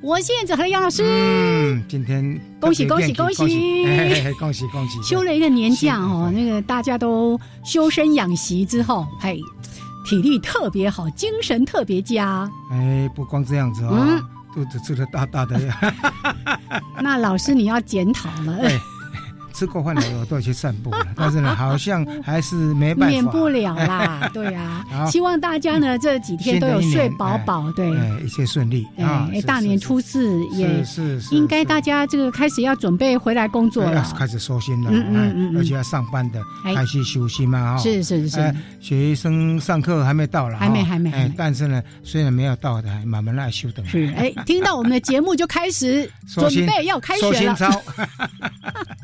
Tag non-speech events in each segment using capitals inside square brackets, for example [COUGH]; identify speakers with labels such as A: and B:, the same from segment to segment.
A: 我是燕子和杨老师。
B: 嗯，今天
A: 恭喜
B: 特别
A: 恭喜恭喜
B: 愿意哎哎哎恭喜恭喜！
A: 休了一个年假哦，
B: 是
A: 那个大家都修身养习之后，嘿，体力特别好，精神特别
B: [LAUGHS]
A: 佳。
B: 哎，不光这样子哦
A: 嗯，
B: 肚子吃的大
A: [LAUGHS]
B: 大的，
A: 那老师你要检讨了，
B: 哎，吃过饭了我都去散
A: [LAUGHS]
B: 步了，但是呢，好像还是没办法，
A: 免不了
B: [LAUGHS]
A: 啦，对啊。
B: 好
A: 希望大家呢这几天都有睡饱饱，对，
B: 哎，一切顺利啊
A: 哎，！
B: 是
A: 大年初四
B: 是
A: 也
B: 是是是，
A: 应该
B: 是
A: 大家这个开始要准备回来工作
B: 哎要
A: 了，
B: 开始收心了，
A: 嗯嗯
B: 哎
A: 嗯嗯
B: 而且要上班的
A: 哎
B: 还是休息嘛，哈，
A: 是是是，
B: 哎，学生上课还没到了，
A: 还没
B: 哈
A: 还没还
B: 哎
A: 没，
B: 但是呢，虽然没有到的，还慢慢来休等。
A: 是哎，听到我们的节目就开
B: [LAUGHS]
A: 始
B: 收
A: 准
B: 心
A: 备要开
B: 收
A: 学
B: 心
A: 了。
B: 操，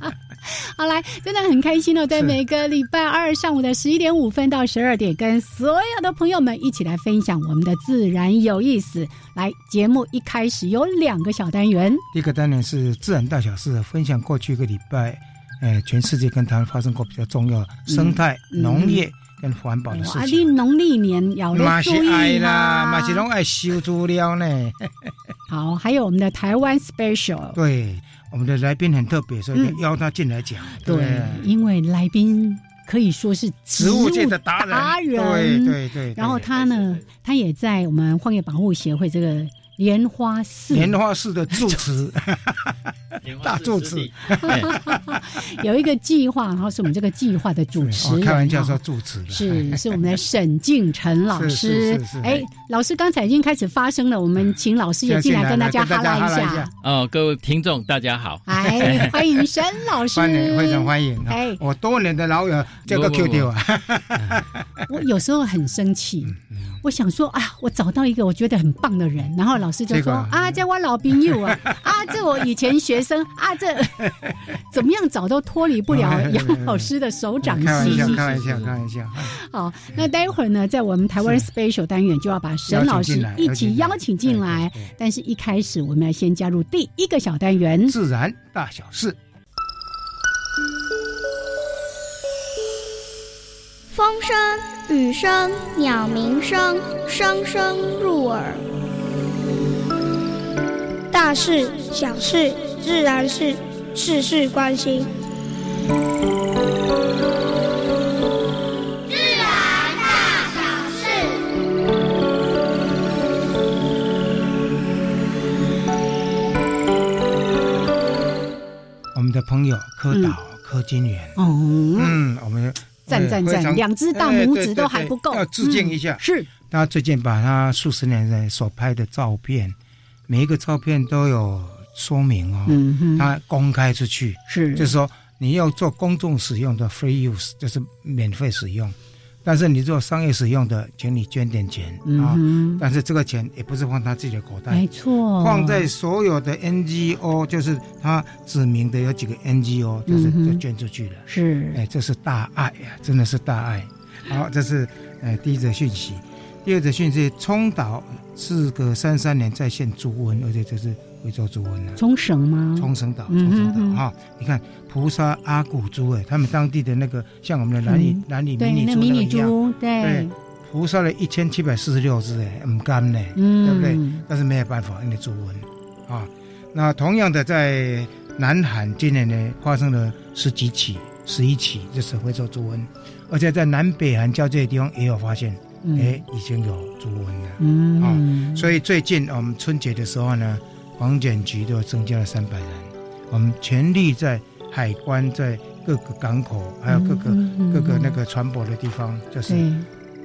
B: [LAUGHS]
A: [LAUGHS] 好来，真的很开心哦，在
B: 是
A: 每个礼拜二上午的十一点五分到十二点，跟所有的朋友们一起来分享我们的自然有意思。来，节目一开始有两个小单元，
B: 第一个单元是自然大小事，分享过去一个礼拜，呃，全世界跟台湾发生过比较重要的生态、
A: 嗯哦啊
B: 农业跟环保的
A: 哇，
B: 事
A: 你
B: 情。
A: 农历年要
B: 马
A: 注
B: 是
A: 意哦
B: 爱啦，
A: 哈
B: 马是拢爱修猪了呢。
A: 好，还有我们的台湾 special，
B: 对，我们的来宾很特别，所以
A: 嗯
B: 邀他进来讲。不
A: 因为来宾可以说是
B: 植物界的达人，
A: 达人
B: 对对对对。
A: 然后他呢，他也在我们荒野保护协会这个莲花寺
B: 莲花式的住持，大柱子
A: 有一个计划，然后是我们这个计划的主持
B: 哦
A: 人。
B: 开玩笑说
A: 哈
B: 住持的，哎
A: 是是我们的沈敬晨老
B: 是
A: 师
B: 是是是，
A: 哎，老师刚才已经开始发声了，我们请老师也进来跟大家哈拉一下，
C: 哦，各位听众大家好，
A: 哎，欢迎沈老师，
B: [LAUGHS] 欢迎，非常欢迎啊
A: 哎！
B: 我多年的老友，这个
C: 不不
B: Q
C: 不
B: 掉啊，
A: 我有时候很生气，
B: 嗯
A: 我想说啊，我找到一个我觉得很棒的人，然后老师就
B: 结
A: 说
B: 果
A: 啊，这我老朋友
B: [LAUGHS]
A: 啊，啊，这我以前学生啊，这 [LAUGHS] 怎么样找都脱离不
B: 哦哎
A: 了杨老师的手掌嗯
B: 开玩
A: 心
B: 笑，
C: 是。是
B: 开玩笑，
C: 是是
B: 开玩笑。哎
A: 好，那待会儿呢，在我们台湾
B: 是
A: special 单元就要把沈老师一起邀请进来
B: 对对对，
A: 但是一开始我们要先加入第一个小单元。
B: 自然大小事，
D: 风声、雨声、鸟鸣声，声声入耳。大事、小事、自然是事事关心。
B: 我们的朋友柯导、柯金元，
A: 哦，
B: 嗯，我们
A: 赞赞
B: 非
A: 赞，
B: 常
A: 两只大拇指都还不够，
B: 哎对对对要致敬一下
A: 嗯。是
B: 他最近把他数十年来所拍的照片，每一个照片都有说明哦，
A: 嗯哼，
B: 他公开出去，
A: 是
B: 就是说你要做公众使用的 free use，就是免费使用，但是你做商业使用的，请你捐点钱
A: 嗯
B: 啊。
A: 哼，
B: 但是这个钱也不是放他自己的口袋
A: 没，错，
B: 放在所有的 NGO，就是他指明的有几个 NGO，就是
A: 嗯哼
B: 就捐出去了。
A: 是
B: 哎，这是大爱呀、真的是大爱。好，这是呃第一则讯息。第二则讯息，冲岛是个三三年在线猪瘟，而且这是非洲猪瘟啊，
A: 冲绳吗？
B: 冲绳岛，
A: 嗯
B: 冲绳
A: 嗯嗯
B: 岛哈、你看菩萨阿古猪，哎，他们当地的那个像我们的蓝屿
A: 嗯
B: 蓝屿
A: 对，
B: 迷
A: 那
B: 你
A: 迷你
B: 猪那个一样，
A: 猪，对
B: 对，菩萨了一千七百四十六只，哎，唔甘呢。
A: 嗯，
B: 对不对？但是没有办法，因为猪瘟啊。那同样的，在南韩今年呢发生了十几起、十一起，就是非洲猪瘟，而且在南北韩交界的地方也有发现，
A: 嗯
B: 哎，已经有猪瘟了。
A: 嗯，
B: 所以最近我们春节的时候呢，防检局都增加了三百人，我们全力在海关、在各个港口，还有各个、
A: 嗯
B: 各个那个船舶的地方，就是
A: 对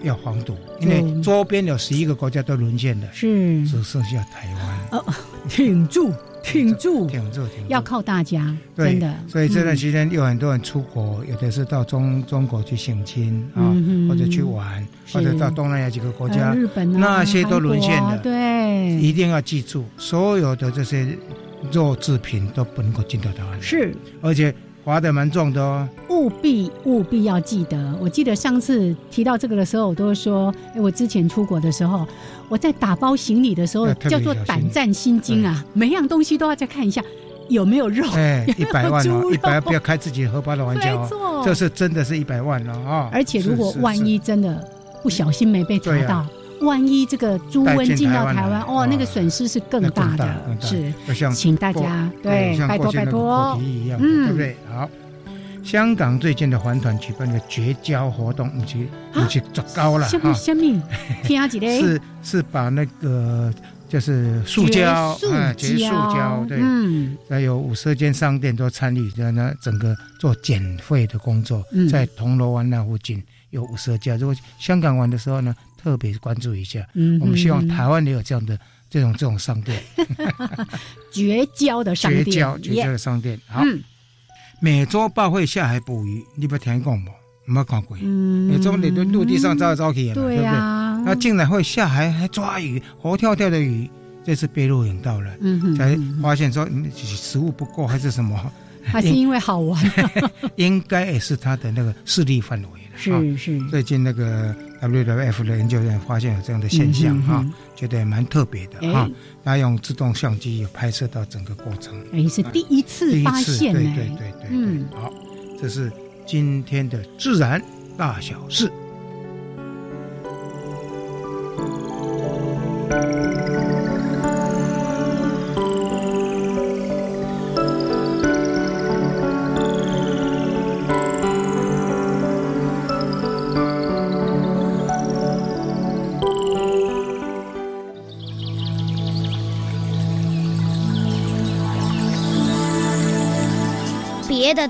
B: 要防堵，因为周边有十一个国家都沦陷了，
A: 是
B: 只剩下台湾。
A: 挺住挺住，
B: 挺住，挺住
A: 要靠大家，
B: 对
A: 真的。
B: 所以这段
A: 嗯
B: 时间有很多人出国，有的是到中中国去省亲啊，
A: 嗯哼
B: 或者去玩，
A: 是
B: 或者到东南亚几个国家
A: 呃，日本啊，
B: 那些都沦陷
A: 韩
B: 了
A: 国啊对，
B: 一定要记住，所有的这些肉制品都不能够进到台湾，，
A: 是
B: 而且罚的蛮重的
A: [LAUGHS]
B: 哦。
A: 务必务必要记得。我记得上次提到这个的时候，我都会说，哎，我之前出国的时候，我在打包行李的时候
B: 要特别
A: 叫做
B: 小心
A: 胆战心惊啊，每样东西都要再看一下有没有肉。
B: 哎，一百万
A: 猪
B: 哦，
A: 肉
B: 一百万不要开自己荷包的玩笑
A: 没
B: 哦，
A: 错，
B: 这是真的是一百万了哦。
A: 而且如果
B: 是是
A: 万一真的不小心没被查
B: 对
A: 到
B: 啊，
A: 万一这个猪瘟进到台
B: 带进台
A: 湾
B: 湾，来
A: 哦，
B: 哇
A: 那个损失是更
B: 那
A: 大
B: 更大
A: 的
B: 更，大
A: 是，
B: 就像
A: 请大
B: 过哎
A: 家对
B: 像
A: 拜
B: 过
A: 托
B: 去
A: 拜
B: 那个
A: 托
B: 口蹄，疫一样，
A: 嗯
B: 对不对？好。香港最近的环团举办的绝交活动，你去
A: 啊
B: 你去做高了
A: 下
B: 哈
A: 面，下面听下几嘞，
B: [LAUGHS] 是是把那个就是塑胶
A: 绝
B: 哎
A: 塑
B: 绝塑胶对，
A: 嗯，
B: 还有五十间商店都参与的呢，整个做减废的工作，
A: 嗯
B: 在铜锣湾那附近有五十家。如果香港玩的时候呢，特别关注一下。
A: 嗯
B: 我们希望台
A: 湾
B: 湾也有这样的这种这种商店，
A: 绝交的商
B: 绝
A: 店，
B: 交绝交
A: yeah，
B: 的商店。好，
A: 嗯
B: 美洲豹会下海捕鱼，你不听过吗？没看过。
A: 嗯
B: 美洲你都陆地上招来招去的嘛，
A: 对啊
B: 对不对？
A: 呀，
B: 它竟然会下海还抓鱼，活跳跳的鱼，这是被入引到了。
A: 嗯哼
B: 才
A: 嗯哼
B: 发现说，嗯，食物不够还是
A: [LAUGHS]
B: 什么，
A: 还是因为好玩，
B: 哎应该也是它的那个势力范围了。啊
A: [LAUGHS] 是是
B: 最近那个 WWF 的研究人员发现有这样的现象哈、，
A: 嗯
B: 觉得也蛮特别的
A: 哎
B: 哈。他用自动相机有拍摄到整个过程，
A: 哼哎，是第一次
B: 第一
A: 发
B: 次，
A: 现
B: 对
A: 呢，
B: 对对对对，
A: 嗯
B: 好，这是今天的自然大小事。
D: 别的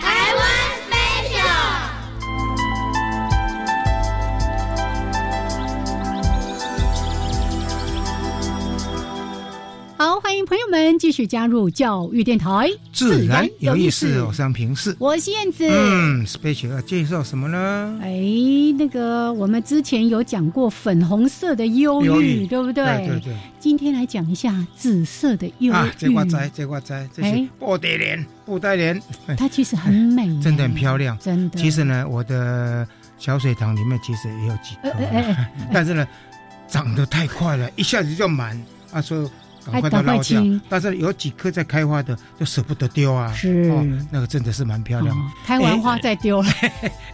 D: 台湾 special。
A: 好，欢迎朋友们继续加入教育电台，
B: 自然有意思，我是平视。
A: 我是燕子。
B: 嗯，special 要介绍什么呢？
A: 哎，那个，我们之前有讲过粉红色的忧
B: 忧
A: 郁，
B: 郁
A: 对不对？
B: 对对
A: 今天来讲一下紫色的忧郁，
B: 啊，这瓜仔，这瓜仔，这
A: 嗯哎
B: 是布袋莲，布袋莲，哎
A: 它其实很美，啊
B: 真的很漂亮。
A: 真的。
B: 其实呢，我的小水塘里面其实也有几
A: 哎，
B: 颗，啊
A: 哎哎哎，
B: 但是呢，长得太快了，一下子就满，啊，所以赶快
A: 哎赶
B: 都
A: 快
B: 捞掉
A: 清。
B: 但是有几颗在开花的，就舍不得丢啊。
A: 是
B: 哦，那个真的是蛮漂亮的。哎
A: 哦开完花再丢了，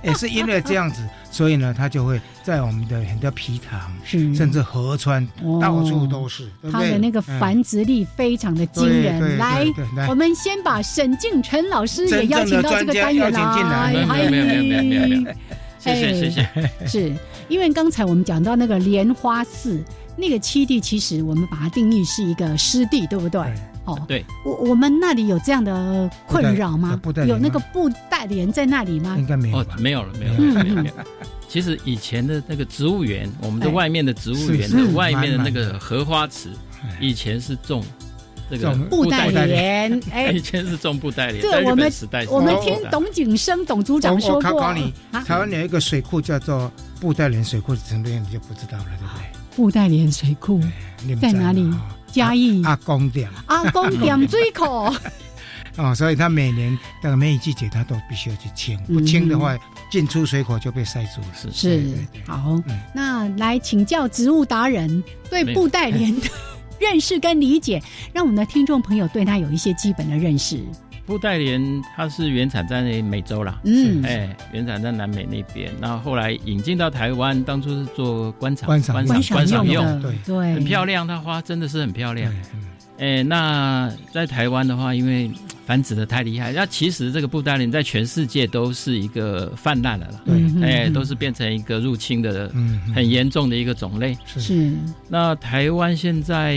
B: 也是因为这样
A: [LAUGHS]
B: 子，所以呢，它就会在我们的很多皮塘，
A: 是
B: 甚至河川，
A: 嗯哦
B: 到处都是，对不
A: 它
B: 对？
A: 的那个
B: 嗯
A: 繁殖力非常的惊
B: 对对
A: 人。来
B: 对，对来
A: 我，们先把沈敬晨老师也邀请到这个单元
B: 真正的专家邀请进来
A: 来，
C: 没有没有没有没有没有没有没有谢
A: 哎
C: 谢谢谢，
A: 是因为刚才我们讲到那个莲花寺那个七地，其实我们把它定义是一个湿地，对不对？
B: 对
A: 哦，
C: 对，
A: 我我们那里有这样的困扰吗？
B: 布袋布袋莲嗯
A: 有
B: 吗
A: 那个布袋莲在那里吗？
B: 应该没有
C: 哦
B: 吧？
C: 没有了没有
B: 嗯
C: 了没有了没有了。其实以前的那个植物园，我们的
A: 哎
C: 外面的植物园
B: 是
C: 的
B: 是
C: 外面的
B: 满
C: 那
B: 满
C: 个
B: 的
C: 荷花池，
B: 哎
C: 以前是种这个
B: 种
A: 布袋
C: 布
B: 莲
A: 莲，哎
C: [LAUGHS] 以，前是种布袋莲，
A: 这
C: 在
A: 我
C: 日
A: 们
C: 本时代是哦
A: 我们
C: 种布
A: 听
C: 袋
A: 董景生董组长
B: 哦我
A: 说
B: 我考
A: 过
B: 考你，
A: 啊，
B: 台湾有一个水库叫做布袋莲水库，怎么样你就不知道了，对不对？
A: 布袋莲水库
B: 你们
A: 在
B: 知道
A: 哪里
B: 吗？啊
A: 嘉义
B: 阿公店
A: 阿公点水口，
B: 哦，所以他每年那个梅雨季节，他都必须要去清，
A: 嗯
B: 不清的话，进出水口就被塞住了。
C: 是
A: 是
B: 对对对
A: 好
B: 嗯，
A: 那来请教植物达人对
C: 没有
A: 布
B: [LAUGHS]
A: 袋莲的认识跟理解，让我们的听众朋友对它有一些基本的认识。
C: 布袋莲它是原产在美洲啦，
A: 嗯
B: 是
C: 哎，原产在南美那边，然后后来引进到台湾，当初是做观赏
B: 观赏
C: 观
B: 观
C: 赏观赏用，
A: 的，嗯
B: 对
A: 对，
C: 很漂亮，它花真的是很漂
B: 对
C: 亮。，哎，那在台湾的话，因为嗯繁殖的太厉害，那其实这个布袋莲在全世界都是一个泛滥的啦，
A: 嗯，嗯
C: 哎，
A: 嗯
C: 都是变成一个入侵的
B: 嗯，嗯
C: 很严重的一个种类。
B: 是
A: 是
C: 那台湾现在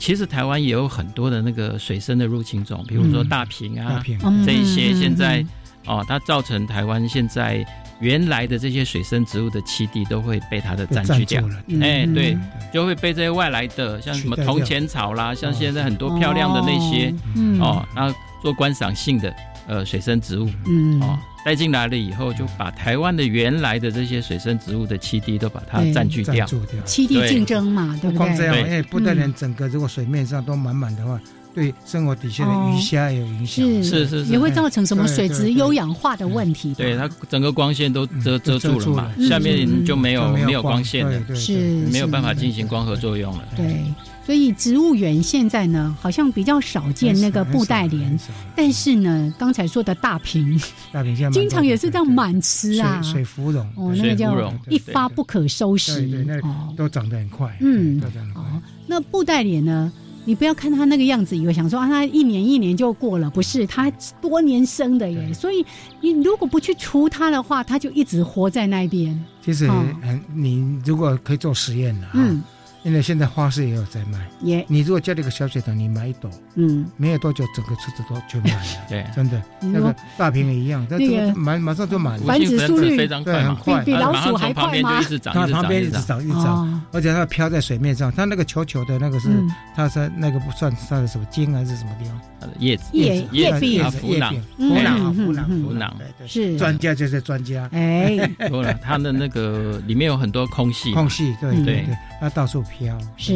C: 其实台湾也有很多的那个水生的入侵种，比如说
B: 嗯
C: 大瓶
B: 大
C: 啊，
B: 片，
A: 嗯
C: 这一些现在
A: 嗯
C: 哦，它造成台湾现在原来的这些水生植物的栖地都会被它的
B: 被
C: 占
B: 占
C: 据掉
B: 住，了，
A: 嗯
C: 哎
A: 嗯
C: 对
A: 嗯
C: 就会被这些外来的像什么
B: 取代掉
C: 铜钱草啦，像
B: 哦
C: 现在很多漂亮的那些
A: 嗯
C: 哦，那做观赏性的呃水生植物
A: 嗯
C: 哦带进来了以后，就把台湾的原来的这些水生植物的栖地都把它
A: 对
C: 占据
B: 占
C: 掉。
B: 住掉。
A: 七地竞争嘛，对嗯
B: 不
A: 不
B: 光这
A: 对？
B: 样，
C: 对
B: 因为不但连整个如果水面上都满满的话，对生活底下的鱼虾也有影响。
A: 是
C: 是是是
A: 也会造成什么
B: 对
A: 水
B: 对
A: 质
B: 对
A: 优氧化的问题吧。
C: 对它整个光线都遮
B: 嗯
C: 遮住
B: 遮
C: 了
B: 住
C: 嘛，
B: 了嗯
C: 下面就没有
B: 就
C: 没有光线了
B: 对，对
A: 是
B: 对
C: 没有
A: 是
C: 办法进行光合作用了。
A: 对，所以植物园现在呢，好像比较少见那个布袋莲，，但是呢，刚才说的大瓶，
B: 大饼现在
A: 经常也是这样满吃啊，
B: 水水芙蓉，
A: 哦，那个
B: 对
C: 水芙
A: 叫
C: 蓉
A: 一发不可收
B: 对对
A: 拾
B: 对那
A: 哦。
B: 都长得很快，
A: 嗯
B: 都长得很
A: 哦
B: 快。，
A: 那布袋莲呢？你不要看它那个样子，以为想说啊，它一年一年就过了，不是，它多年生的耶。
B: 对
A: 所以你如果不去除它的话，它就一直活在那边。
B: 其实
A: 哦
B: 很，你如果可以做实验了，
A: 嗯
B: 嗯，，因为现在花市也有在卖。
A: 也
B: 你如果家里有个小水桶，你买一朵，
A: 嗯，
B: 没有多久整个池子都全
A: [LAUGHS]
B: 满了，
C: 对，
B: 真的。
A: 你
B: 那
A: 说
B: 个大瓶也一样，但这
A: 嗯那
B: 个
A: 个
B: 马马上就满了，
A: 繁殖速率
C: 非常快嘛，
B: 对很快啊
A: 比比老
C: 它马上
A: 鼠还
C: 从旁
A: 快
C: 边就
A: 吗
C: 一？直长，
B: 它
C: 一直长
B: 旁边
C: 一
B: 一
C: 直
B: 直
C: 长。
B: 长一直长，
A: 哦，
B: 而且它飘在水面上，它那个球球的那个是，
A: 嗯，
B: 它是那个不算是它的什么茎还是什么地方？
C: 它的叶子
A: 叶
C: 叶
A: 叶
C: 子
A: 柄
C: 啊
B: 子
C: 浮囊 [LAUGHS]
B: 叶柄
A: 嗯
B: 浮囊啊，
A: 嗯
B: 浮囊，
A: 嗯
B: 浮
C: 嗯
B: 囊，对对
A: 是
B: 专家就是专家，
A: 哎，
C: 多了，它的那个里面有很多空隙，
B: 空隙，对
A: 嗯
B: 对
C: 对
B: 对，它到处飘，
A: 是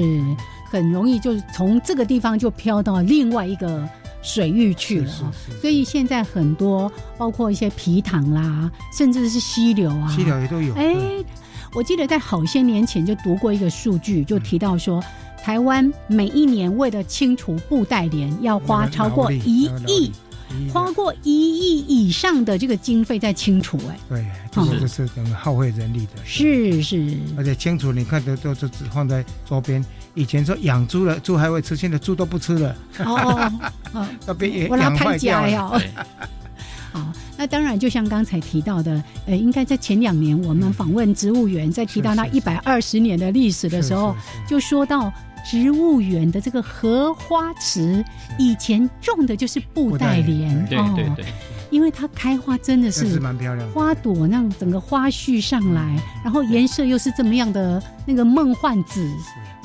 A: 很容易就从这个地方就飘到另外一个水域去
B: 是
A: 了
B: 是
A: 啊。
B: 是，
A: 所以现在很多，包括一些皮塘啦，甚至是溪流啊。
B: 溪流也都有，嗯
A: 哎
B: 对，
A: 我记得在好些年前就读过一个数据，就提到
B: 嗯
A: 说，台湾每一年为了清除布袋莲，要花超过一亿，，
B: 一
A: 花过一亿以上的这个经费在清除、哎，
B: 对，这个就是整个耗费人力的，
A: 是
B: [LAUGHS]
A: 是，
B: 而且清楚，你看都都是只放在周边。以前说养猪了，猪还会吃，现在猪都不吃了，
A: 哦哦，哦
B: 那被也
A: 我
B: 养
A: 让
B: 坏
A: 潘家
B: 掉
A: 哎
B: 了。
A: 呀。
C: 对，
A: 哦 [LAUGHS] 好，那当然，就像刚才提到的，呃，应该在前两年我们访问植物园，在提到那
B: 是
A: 一
B: 是
A: 百二十年的历史的时候，
B: 是，是是
A: 就说到植物园的这个荷花池，以前种的就是布袋莲，哦
B: 布
C: 对对对，
A: 因为它开花真的
B: 那是
A: 是
B: 蛮漂亮的
A: 花朵那样整个花序上来，然后颜色又是这么样的那个梦幻紫，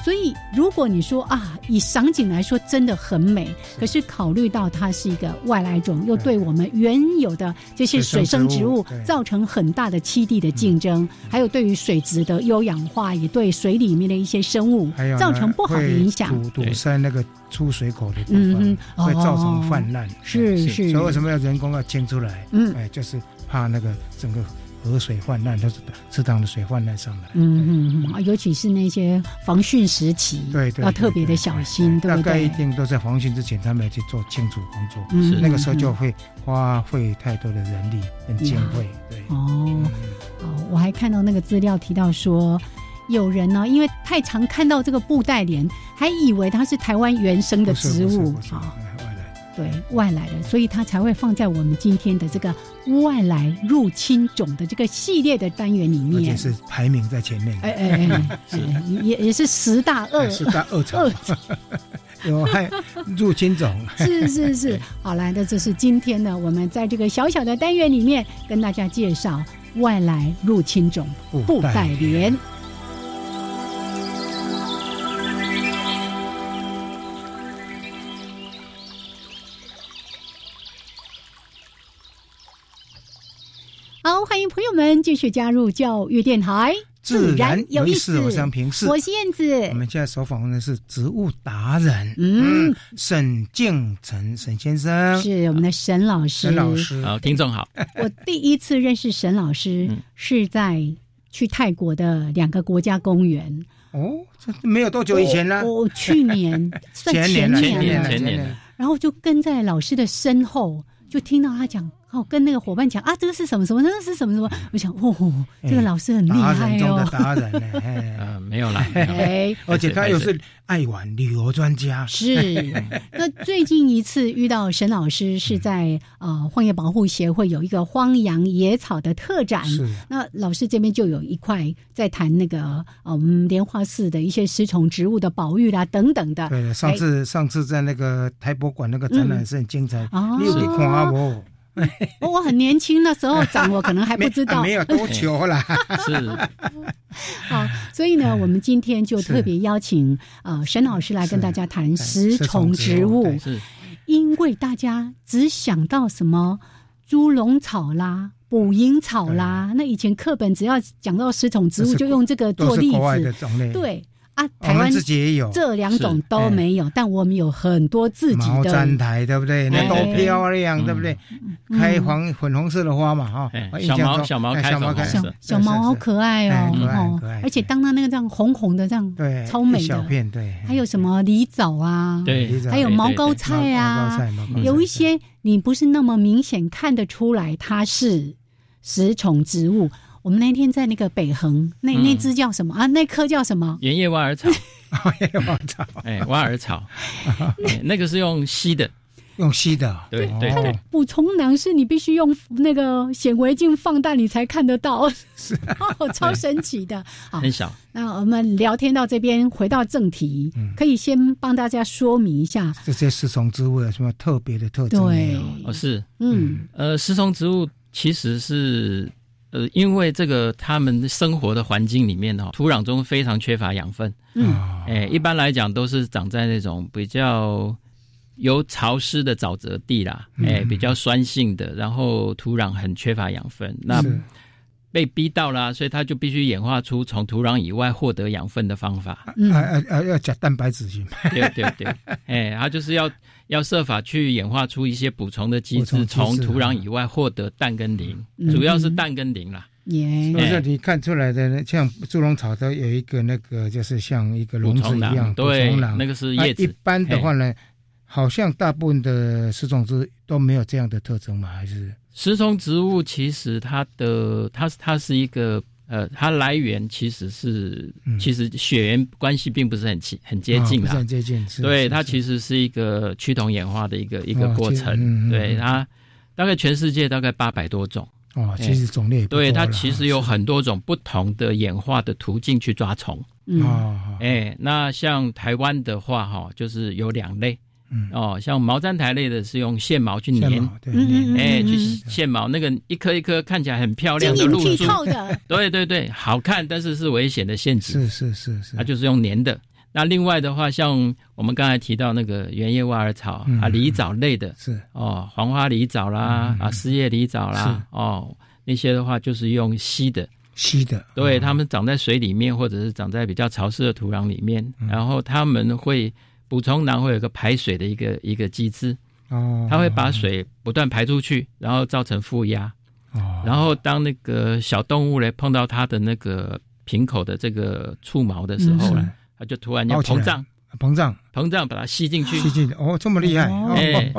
A: 所以如果你说啊，以赏景来说真的很美，可是考虑到它是一个外来种，又对我们原有的这些水
B: 水
A: 生
B: 生
A: 植
B: 植
A: 物
B: 物对嗯
A: 造成很大的栖地的竞争，还有对于水质的优氧化，也对水里面的一些生物
B: 还有呢
A: 造成不好的影响
B: 会。堵
C: 对
B: 堵塞那个出水口的地方，
A: 嗯哼，
B: 会造成
A: 哦
B: 泛滥。哎
A: 是
C: 是
A: 是，
B: 所以为什么要人工要清出来？
A: 嗯
B: 哎，就是怕那个整个河水泛滥，都是池塘的水泛滥上来。
A: 嗯嗯嗯，尤其是那些防汛时期，
B: 对对，
A: 要
B: 对
A: 特别的
B: 对
A: 小
B: 对
A: 心，对
B: 大
A: 不
B: 概一
A: 对？
B: 定都在黄汛之前，他们要去做清除工作。
A: 嗯，
B: 那个时候就
A: 嗯
B: 会花费太多的人力跟经费，对，
A: 嗯哦。哦，我还看到那个资料提到说，有人呢、因为太常看到这个布袋莲，还以为它是台湾原生的
B: 不是
A: 植
B: 不是
A: 物
B: 不是
A: 啊、
B: 哎外来
A: 对外来的，所以它才会放在我们今天的这个外来入侵种的这个系列的单元里
B: 而且
A: 面。
B: 是排名在前面
A: 嗯哎
B: 的，
A: 哎
B: [LAUGHS]
A: 哎，哎也也是十大恶
B: 哎是大二
A: 恶
B: 厂， [LAUGHS] 有害入
A: [LAUGHS]
B: 侵种，
A: 是是
B: [LAUGHS]
A: 是，好来的，这是今天呢，我们在这个小小的单元里面跟大家介绍外来入侵种布
B: 布
A: 袋
B: 袋
A: 莲。好，欢迎朋友们继续加入教育电台，
B: 自然
A: 有
B: 有
A: 意
B: 意
A: 思。
B: 思。我想平视。
A: 我是燕子
B: 我。们现在所访问的是植物达人，
A: 嗯，
B: 沈敬成沈先生，
A: 是我们的沈老师，
B: 沈老师，
C: 好，听众好，
A: 我第一次认识沈老师
C: 嗯
A: 是在去泰国的两个国家公园，
B: 哦，这没有多久以前呢，
A: 我我去年算
B: 前
A: 年
B: 年 [LAUGHS] 了，
C: 前
B: 年
C: 年
B: 了，
C: 前
B: 前
C: 年
B: 年
C: 了
B: 了，
A: 然后就跟在老师的身后，就听到他讲，哦，跟那个伙伴讲啊，这个是什么什么，那个是什么什么。
B: 哎
A: 我想，哦，这个老师很厉
B: 达
A: 害
B: 人中的
A: 哦。
B: 达人呢、
A: [LAUGHS]
B: 哎
C: 呃，没有啦，没有啦
A: 哎，
B: 而且他又是爱玩旅游专家， [LAUGHS]
A: 是，那最近一次遇到沈老师是在呃荒野保护协会有一个荒洋野草的特展，
B: 是
A: 那老师这边就有一块在谈那个呃我们莲花寺的一些食虫植物的保育啦等等的。
B: 对的。上
A: 哎
B: 次上次在那个台博馆那个展览是很精彩，
A: 哦
B: 你有去看啊不？
A: 哦我很年轻那时候长，我可能还不知
B: [LAUGHS] 没啊
A: 道哎
B: 没。有多久啦，
C: 是
A: 好，所以
B: 哎
A: 呢，我们今天就是特别邀请呃沈老师来跟
B: 是
A: 大家谈
B: 哎
A: 食虫
B: 食虫植
A: 植
B: 物
A: 物
B: 对。
C: 是，
A: 因为大家只想到什么猪笼草啦、捕蝇草啦，那以前课本只要讲到食虫植
B: 这
A: 物，
B: 是
A: 就用这个
B: 都
A: 做
B: 是
A: 例
B: 国外的
A: 子。
B: 种类。，哦
A: 对啊，
B: 我
A: 台
B: 们
A: 湾
B: 自己也有
A: 这两种
C: 是
A: 都没有，但我们有很多自己
B: 毛
A: 的
B: 毡台，对不对？那
C: 哎
B: 多漂亮，
C: 嗯
B: 对不对？
A: 嗯
B: 开黄粉红色的花嘛，哈
C: 哎，
B: 我印象中
C: 小毛
B: 哎
C: 小毛
B: 小毛
C: 开粉红
B: 开
C: 色
A: 小
C: 是
A: 小毛好
B: 是是
A: 可爱哦
B: 哎，可爱
A: 哦
B: 可爱
A: 而且当它那个这样红红的这样，
B: 对，
A: 超美的
B: 一小片对，
A: 还有什么梨枣啊，
C: 对
B: 理，解
A: 还有
C: 对
A: 毛
C: 对
A: 膏
C: 对
A: 菜啊，
B: 毛毛高
C: 嗯
B: 菜
A: 有一
B: [LAUGHS]
A: 些你不是那么明显看得出来它是食虫植物。我们那天在那个北横，那
C: 嗯
A: 那只叫什么啊？那棵叫什么？
C: 盐叶挖耳草， [LAUGHS]
B: 我操，
C: 哎，挖耳草，哎那个是用吸的，
B: 用吸的哦，
C: 对对
B: 哦
C: 对，
A: 补充囊是你必须用那个显微镜放大，你才看得
C: [LAUGHS]
A: 到，是
C: 啊
A: 哦，超神奇的。好，
C: 很小，
A: 那我们聊天到这边，回到正题，
C: 嗯
A: 可以先帮大家说明一下，
B: 这些食虫植物有啊什么特别的特征没
A: 对
B: 有？，
C: 哦是，
A: 嗯，
C: 呃，食虫植物其实是呃，因为这个它们生活的环境里面哦，土壤中非常缺乏养分，
A: 嗯
B: 哦
C: 哎，一般来讲都是长在那种比较有潮湿的沼泽地啦，哎，比较酸性的，然后土壤很缺乏养分，那
A: 嗯
B: 是
C: 被逼到啦，所以它就必须演化出从土壤以外获得养分的方法。
A: 嗯
B: 啊啊啊！要加蛋白质去买，
C: 对对对，哎，它就是要要设法去演化出一些补充的机制，
B: 补充机制啊
C: 从土壤以外获得氮跟磷，
A: 嗯
C: 主要是氮跟磷啦。
B: 所
A: 耶，
B: 以说你看出来的呢，像猪笼草都有一个那个，就是像一个笼
C: 补
B: 子
C: 充
B: 嗯一样，
C: 囊，
B: 补
C: 对，
B: 充囊
C: 那。个是
B: 啊
C: 叶
B: 一
C: 子。
B: 般的话呢，好像大部分的食虫植物都没有这样的特征嘛，还是
C: 食虫植物其实它的它它是一个呃，它来源其实是、
B: 嗯
C: 其实血缘关系并不是很近很接近
B: 啊不是
C: 啦。
B: 很接近。是
C: 对，
B: 是
C: 它
B: 是
C: 其实是一个趋同演化的一个一个
B: 哦
C: 过
B: 其实嗯嗯
C: 程。对
B: 嗯
C: 它大概全世界大概八百多种。
B: 哦，其实种类也不
C: 对，
B: 多
C: 它
B: 啦
C: 其实有很多种不同的演化的途径去抓虫。
B: 哦
A: 嗯，
B: 哦，
C: 哎，那像台湾的话，哈，就是有两类
B: 嗯，
C: 哦，像毛毡苔类的是用线毛去
B: 像
C: 粘，
B: 毛对，
A: 嗯嗯嗯
C: 哎，
A: 嗯
C: 去线毛，那个一颗一颗看起来很漂亮
A: 晶莹
C: 的露
A: 剔
C: 珠，
A: 透的，
C: 对对对，好看，但是是危险的陷阱，
B: 是是是是，
C: 它就是用粘的。那另外的话，像我们刚才提到那个圆叶挖耳草
B: 嗯
C: 啊、狸藻类的
B: 是
C: 哦，黄花狸藻啦
B: 嗯嗯
C: 啊，丝叶狸藻啦
B: 是
C: 哦，那些的话就是用吸的。
B: 吸的，
C: 对，
B: 嗯
C: 它们长在水里面，或者是长在比较潮湿的土壤里面，
B: 嗯
C: 然后它们会补充囊会有个排水的一个一个机制，
B: 哦，
C: 它会把水不断排出去，然后造成负压，
B: 哦，
C: 然后当那个小动物嘞碰到它的那个瓶口的这个触毛的时候
B: 是
C: 呢，它就突然间
B: 凹嗯起来
C: 膨胀，
B: 膨胀
C: 膨胀把它吸进去，
B: 吸进去，哦，这么厉害，
A: 哦
B: 哦
C: 哎，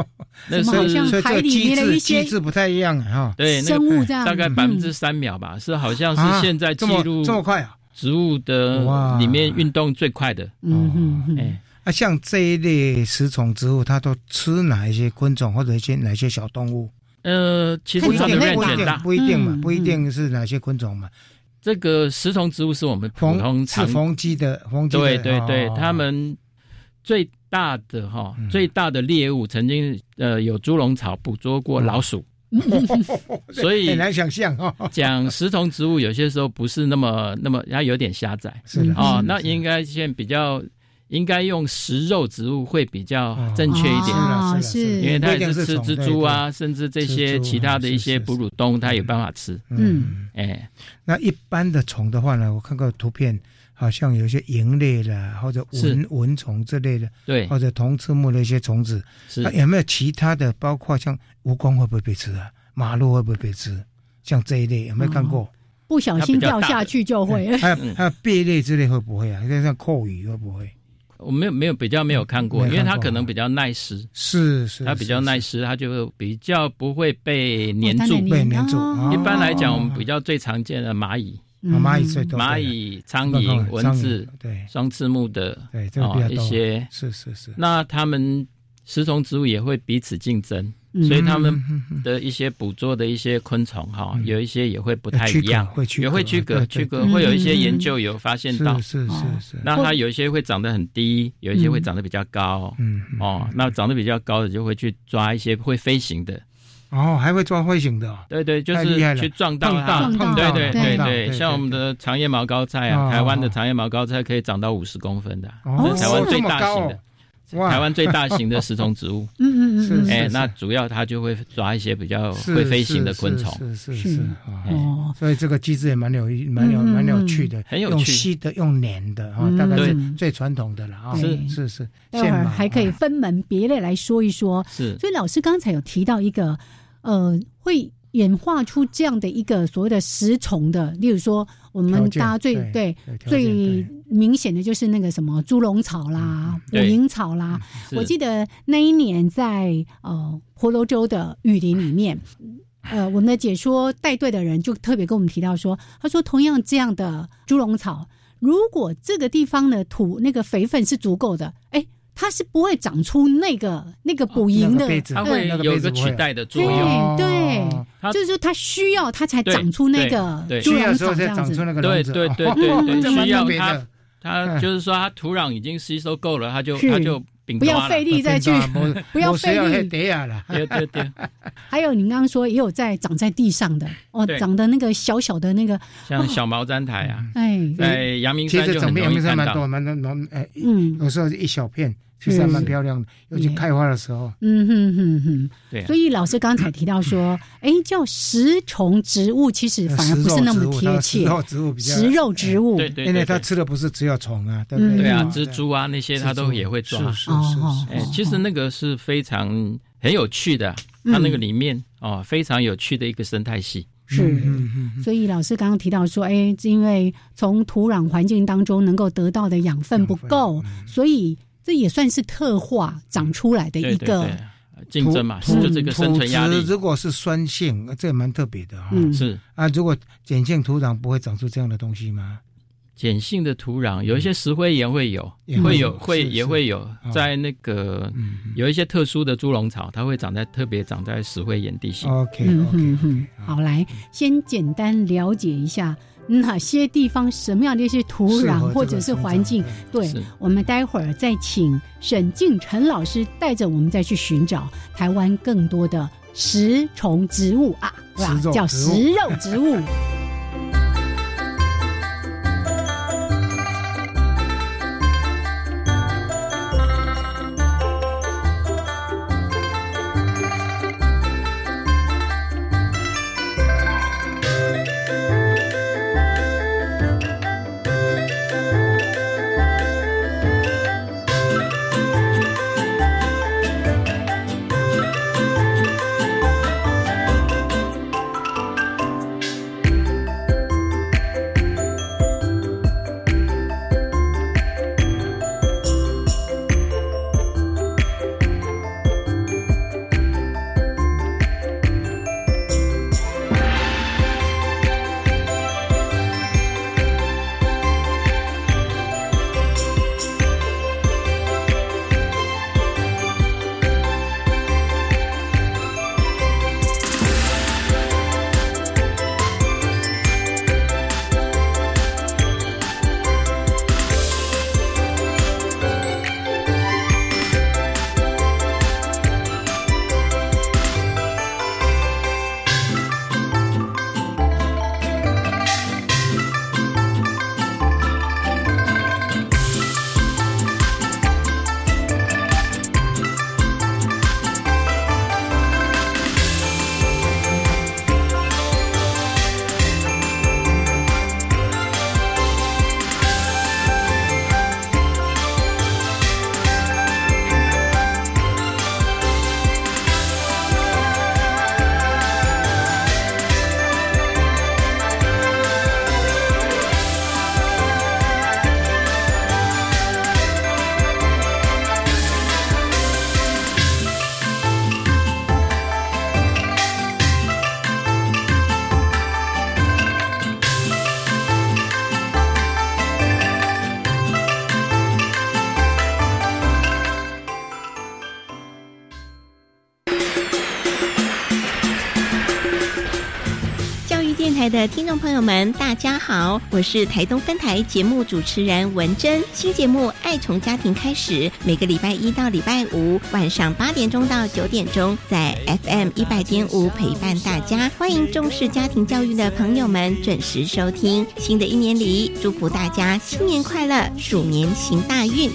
C: 那
A: 怎么好
C: 是
A: 像
B: 所以这
A: 海
B: 个
A: 里
B: 机
A: 面的一
B: 制
A: 些
B: 机制不太一样啊，
C: [LAUGHS] 对那
A: 生
C: 个
A: 物这样，
C: 大概
A: 嗯
C: 百分之三秒吧，是好像
B: 哈
C: 是现
B: 啊
C: 在记
B: 这么
C: 录
B: 这么快啊！
C: 植物的
B: 哇
C: 里面运动最快的，
A: 嗯嗯嗯
C: 哎，
B: 啊，像这一类食虫植物，它都吃哪一些昆虫或者一些哪些小动物？
C: 呃，其
B: 不
C: 实
B: 一
C: 它的
B: 定，
C: range
B: 不一
C: 很
B: 定，
C: 大。
B: 不一定嘛
A: 嗯，
B: 不一定是哪些昆虫嘛。
C: 这个食虫植物是我们普
B: 逢
C: 通
B: 是
C: 常
B: 逢鸡的，逢鸡的，
C: 对对对，
B: 哦
C: 它们最大的哈、
B: 嗯
C: 最大的猎物曾经呃有猪笼草捕捉
B: 嗯
C: 过老鼠，
A: 嗯
C: 所以嗯
B: 很难想象哦。
C: 讲食虫植物有些时候不是那么那么它有点狭窄
B: 是的，
C: 哦
B: 嗯是，的
C: 那应该现在比较应该用食肉植物会比较正确一点。
A: 哦
B: 啊
A: 啊是
C: 因为它
B: 不一
C: 也
B: 定
C: 是吃
B: 虫
C: 蜘蛛，啊，甚至这
B: 蜘
C: 些
B: 蛛啊
C: 其他的一
B: 是
C: 些
B: 是
C: 哺乳动物，它有办法吃。
B: 对对嗯。
C: 哎，
B: 那一般的虫的话呢，我看过图片，好像有一些蝇类啦，或者蚊蚊虫之类的，
C: 对，
B: 或者同翅目的一些虫子，
C: 是
B: 哦那有没有其他的？包括像蜈蚣会不会被吃啊？马路会不会被吃？像这一类有没有看过？哎
A: 不小心掉下去就会。
C: 嗯
B: 还有还有贝类之类会不会啊？像像蛞蝓会不会？
C: 我没有没有比较没有看过，
B: 没
C: 因
B: 看
C: 为它
B: 过
C: 可能比较耐湿，
B: 是是，
C: 它比较
B: 是
C: 耐
B: 是
C: 湿，它就会比较不会被粘
A: 哦它
C: 住。
A: 能
B: 被粘住
A: 哦
B: 哦
C: 一般来讲，我们比较最常见的蚂蚁、
A: 嗯
B: 啊蚂蚁最多，
C: 嗯蚂蚁、苍
B: 对
C: 蝇、蚊子、，
B: 对
C: 双翅目的
B: 对，这个
C: 哦
B: 比较
C: 一
B: 多，
C: 些，
B: 是是是，
C: 那它们食虫植物也会彼此竞争，
A: 嗯
C: 所以它们
B: 嗯嗯嗯
C: 的一些捕捉的一些昆虫哈、
B: 嗯哎
C: 有一些也会不太
B: 区
C: 一
B: 隔
C: 样，
B: 会区
C: 也
B: 隔
C: 会区隔
B: 哎对对嗯
C: 区隔，
A: 对
C: 会有一些研究有发现
B: 是
C: 到，
B: 是
A: 哦
B: 是是，
C: 那它有一些会长得很低，有一些会长得比较高。
B: 嗯嗯
C: 哦，那长得比较高的就会去抓一些会飞行的，
B: 哦，还会抓灰型的哦，
C: 对对，就
B: 太厉害
C: 是
B: 了
C: 去撞到
B: 碰
C: 它，
B: 到
A: 碰
B: 碰到
C: 对
B: 了，
C: 对
B: 碰
C: 对
B: 到
C: 对，像我们的长叶毛高菜啊，
B: 哦
C: 台湾的长叶毛高菜可以长到五十公分的啊，
B: 哦
C: 这是台湾最
B: 这么
C: 大型
B: 高
C: 的
B: 哦，哇
C: 台湾最大型的食虫植物。
A: 嗯嗯嗯嗯
B: 是
C: 哎，那主要它就会抓一些比较
B: 是
C: 会飞行的
B: 是
C: 昆虫，
B: 是是
A: 是
B: 是是啊。
C: 哎
A: 哦，
B: 所以这个机制也蛮有意、蛮有、
A: 嗯嗯
B: 蛮有趣的，
C: 很有
B: 用
C: 趣
B: 吸的、用粘的啊、
A: 嗯
B: 大概是
A: 对
B: 最传统的了啊、
A: 是
B: 是是，
A: 待会
B: 现
A: 儿
B: 买
A: 还可以
B: 啊
A: 分门别类来说一说。
B: 嗯
C: 是
A: 所以老师刚才有提到一个，呃，会演化出这样的一个所谓的食虫的，例如说我们
B: 条
A: 大家
B: 件
A: 最
B: 对对条件
A: 最
B: 对
A: 明显的就是那个什么猪笼草啦、五
C: 嗯对
A: 蝇草啦。
C: 是
A: 我记得那一年在呃婆罗洲的雨林里
C: [LAUGHS]
A: 面，呃，我们的解说带队的人就特别跟我们提到说，他说同样这样的猪笼草，如果这个地方的土那个肥分是足够的，哎，它是不会长出那个那个
C: 哦
A: 捕蝇的
B: 那个杯子
C: 它会
B: 那个
C: 有一
B: 杯子
C: 个
B: 不会啊
C: 取代的作用。
A: 对
B: 哦
A: 对
C: 它
A: 就是说它需要它才
C: 对
A: 长出那个
C: 对对
A: 猪
B: 需要
A: 笼
B: 的时
A: 草
B: 候
A: 这
B: 再
A: 样
B: 长
A: 子
B: 出。那个
C: 对
B: 笼子，
C: 对对
B: 哦
C: 对对
B: 这蛮
C: 需要
B: 特别
C: 它
B: 的
C: 它就是说，它土壤已经吸收够了，它就是它就并
A: 不要
C: 抓了
A: 费。力再去，不要费力
B: 得呀啦，
C: 对对对，
A: 还有您刚刚说也有在长在地上的哦，
C: 对
A: 长的那个小小的那个，
C: 像小毛毡苔啊，
A: 哎，
C: 在阳明
B: 其
C: 山
B: 实
C: 就
B: 整
C: 很
B: 片阳
C: 容易
B: 明山蛮
C: 看到
B: 多，。蛮多蛮哎，
A: 嗯
B: 有时候一小片，其实还蛮漂亮的，尤其开花的时候，
A: 嗯哼哼哼。
C: 对啊，
A: 所以老师刚才提到 [LAUGHS] 说，哎，叫食虫植物其实反而不是那么贴切
B: 食，肉植物比较
A: 食，肉植物。
C: 对对，
B: 因为
C: 对
B: 它
C: 对
B: 吃的不是只有虫啊，对不对？
A: 嗯
C: 对啊，
B: 哦
C: 蜘蛛啊那些它都也会抓。
B: 是是是
A: 哦
B: 是
C: 哎，其实那个是非常很有趣的，它那个
B: 嗯
C: 里面哦非常有趣的一个生态系。
A: 是。
B: 嗯嗯嗯
A: 所以老师刚刚提到说，哎，因为从土壤环境当中能够得到的养分不嗯够，所以这也算是特化长出来的
C: 对
A: 一
C: 对对
A: 个，
C: 呃竞争嘛，
B: 土
C: 就这个生存压
B: 土
C: 力
B: 质如果是酸性，呃这也蛮特别的哈。
A: 嗯
C: 是。
B: 啊，如果碱性土壤不会长出这样的东西吗？
C: 碱性的土壤，有一些石灰岩会有，
B: 也
C: 会
B: 会
C: 有
B: 有
C: 会
B: 是
C: 也
B: 是哦
C: 会有，在那个
B: 嗯
C: 有一些特殊的猪笼草，它会长在特别长在石灰岩
B: 哦
C: 地形。
B: ，OK
A: 嗯
B: OK，
A: 嗯嗯，好，来先简单了解一下哪些地方什么样的一些土壤嗯或者是环境，对
C: 是
A: 我们待会儿再请沈敬辰老师带着我们再去寻找台湾更多的食虫植物啊，哇
B: 食肉
A: 叫
B: 植物
A: 食肉植物。
E: 台的听众朋友们，大家好，我是台东分台节目主持人文珍。新节目《爱宠家庭》开始，每个礼拜一到礼拜五晚上八点钟到九点钟，在 FM 一百点五陪伴大家。欢迎重视家庭教育的朋友们准时收听。新的一年里，祝福大家新年快乐，鼠年行大运。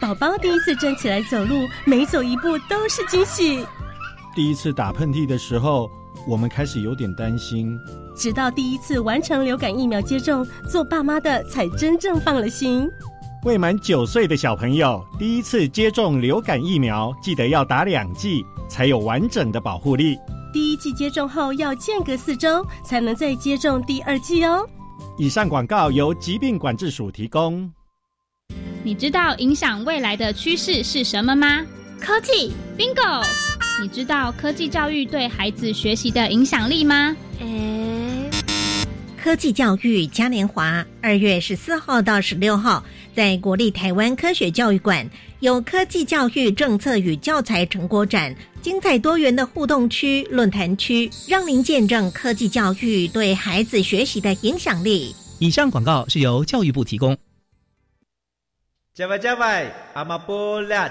F: 宝宝第一次站起来走路，每走一步都是惊喜。
G: 第一次打喷嚏的时候，我们开始有点担心。
F: 直到第一次完成流感疫苗接种，做爸妈的才真正放了心。
G: 未满九岁的小朋友第一次接种流感疫苗，记得要打两剂，才有完整的保护力。
F: 第一剂接种后要间隔四周，才能再接种第二剂哦。
G: 以上广告由疾病管制署提供。
H: [LAUGHS] 你知道影响未来的趋势是什么吗
D: 科技
H: ？Bingo！你知道科技教育对孩子学习的影响力吗？
D: 哎，
I: 科技教育嘉年华二月十四号到十六号在国立台湾科学教育馆有科技教育政策与教材成果展，精彩多元的互动区、论坛区，让您见证科技教育对孩子学习的影响力。
J: 以上广告是由教育部提供。
K: Java Java Amapolat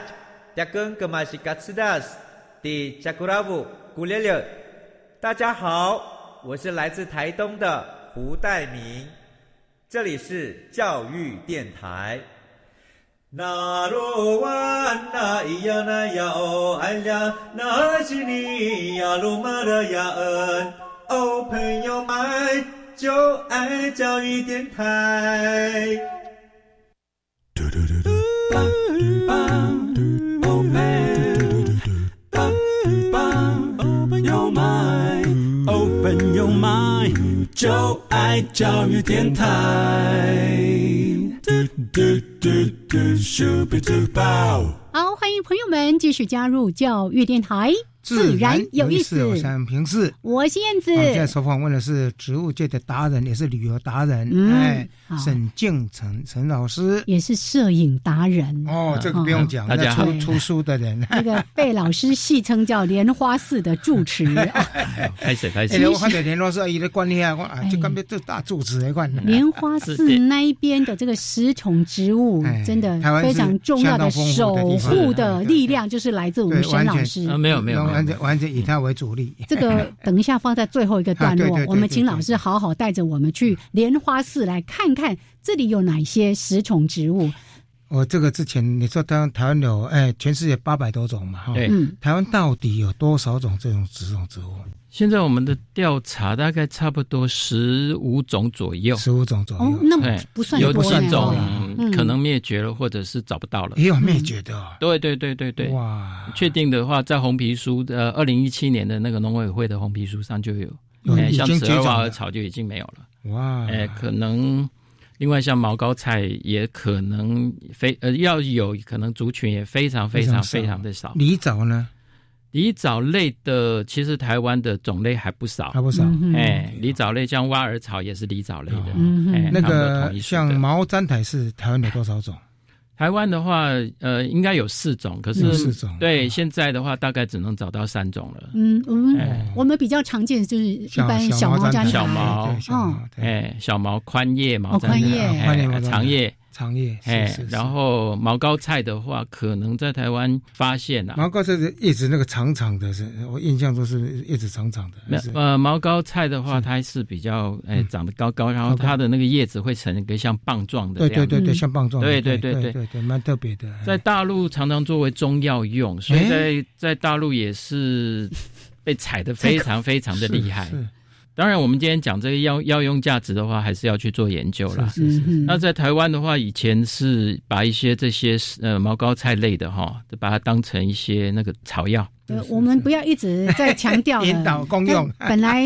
K: Dakeng Kemashikatsidas Di Jakuravu Gulele。大家好，我是来自台东的胡代明，这里是教育电台。那罗哇那咿呀那呀哦哎呀，那是你呀鲁玛的呀恩哦，朋友们就爱教育电台。
L: Open your mind，就爱教育电台。嘟嘟嘟嘟，Super d u p e
A: 好，欢迎朋友们继续加入教育电台，有意
B: 我想平视。
A: 我是燕子
B: 我，们啊现在所访问的是植物界的达人，也是旅游达人，
A: 嗯
B: 哎
A: 好，
B: 沈敬成陈老师。
A: 也是摄影达人。
B: 哦，这
A: 嗯
B: 个不用讲，
C: 大家
B: 那
C: 好
B: 出出书的人。
A: 那个被老师戏称叫“莲花寺的住持”，啊
C: 开始开
B: [LAUGHS] 哎
C: 始，，
B: 我看到联络社伊的关系啊，我
A: 嗯
B: 啊，就干别做大柱子那 [LAUGHS] 款。
C: 嗯
A: 莲花寺那一边的这个十种植物
B: 哎，
A: 真的
B: 台湾是
A: 非常重要的守
B: 相当丰
A: 护
B: 富的地
A: 的
B: 方
A: 力量，就是来自我们
B: 对
A: 沈
B: 完全
A: 老师
C: 啊，。没有没有没有
B: 完，全完全以他为主力。
A: 这
B: [LAUGHS]
A: 个等一下放在最后一个段落，
B: 啊对对对
A: 我们请
B: 对对
A: 老师好好带着我们去莲花寺来看看这里有哪些食虫植物。
B: 我哦这个之前你说台湾台湾有哎，全世界八百多种嘛哈。
C: 对
A: 嗯，
B: 台湾到底有多少种这种植种植物？
C: 现在我们的调查大概差不多十五种左右，
B: 十五种左
A: 哦，
B: 右，
A: 那么
C: 哎
A: 不算
C: 有
A: 多
C: 几
A: 呢
C: 种啊
A: 哦嗯
C: 可能灭绝了，或者是找不到了。
B: 也有灭绝的哦。
C: 对对对对对，
B: 嗯哇，
C: 确定的话，在红皮书呃，二零一七年的那个农委会的红皮书上就有，
B: 有
C: 哎
B: 已
C: 像
B: 经
C: 紫
B: 绝
C: 耳
B: 种
C: 瓦尔
B: 了。啊
C: 草就已经没有了。
B: 哇，
C: 哎、可能另外像毛膏菜也可能非呃要有，可能族群也非常非
B: 非
C: 常
B: 常少
C: 非常的少。
B: 梨藻呢
C: 梨藻类的其实台湾的种类还不少
B: 还，不少。
A: 嗯哼
C: 哎、梨藻类像挖耳草也是梨藻类的，
A: 嗯哼
C: 哎
B: 那
C: 差不多同
B: 个
C: 一属的
B: 像毛毡苔是台湾有多少种？
C: 台湾的话，呃，应该有四种，可
B: 有
C: 是
B: 四种
C: 对现在的话，大概只能找到三种了。
A: 嗯嗯
C: 哎，
A: 我们比较常见就是一
B: 小
A: 般小毛
B: 毛
A: 毡
B: 毡
A: 苔
C: 小毛
B: 对小毛
A: 嗯，
B: 对
C: 哎，小毛宽叶毛
A: 哦
C: 毡苔，
A: 宽叶
C: 哎
B: 宽叶毛毡苔
C: 长叶，
B: 长叶，
C: 哎
B: 是是，是
C: 然后毛膏菜的话，可能在台湾发现啊，
B: 毛膏这是叶子那个长长的，是我印象中是叶子长长的，
C: 没有
B: 是嗯
C: 呃，毛膏菜的话，它是比较哎长得高高，然后
B: 高高
C: 它的那个叶子会成一个像棒状的
B: 对
C: 这样
B: 对
C: 子。
B: 对对，
A: 嗯
B: 像棒状的，
C: 对
B: 对
C: 对对
B: 对
C: 对
B: 对，蛮特别的。
C: [LAUGHS] 在
B: 哎
C: 大陆常常作为中药用，所以
B: 哎
C: 在在大陆也是被采的非常非常的厉害
B: 是。是
C: 当然，我们今天讲这个药药用价值的话，还是要去做研究啦。
B: 是是
A: 嗯
C: 那在台湾的话，以前是把一些这些呃毛膏菜类的哈，就把它当成一些那个草药。
A: [LAUGHS] 呃我们不要一直在强 [LAUGHS] 调了
B: 引导公用
A: 但本来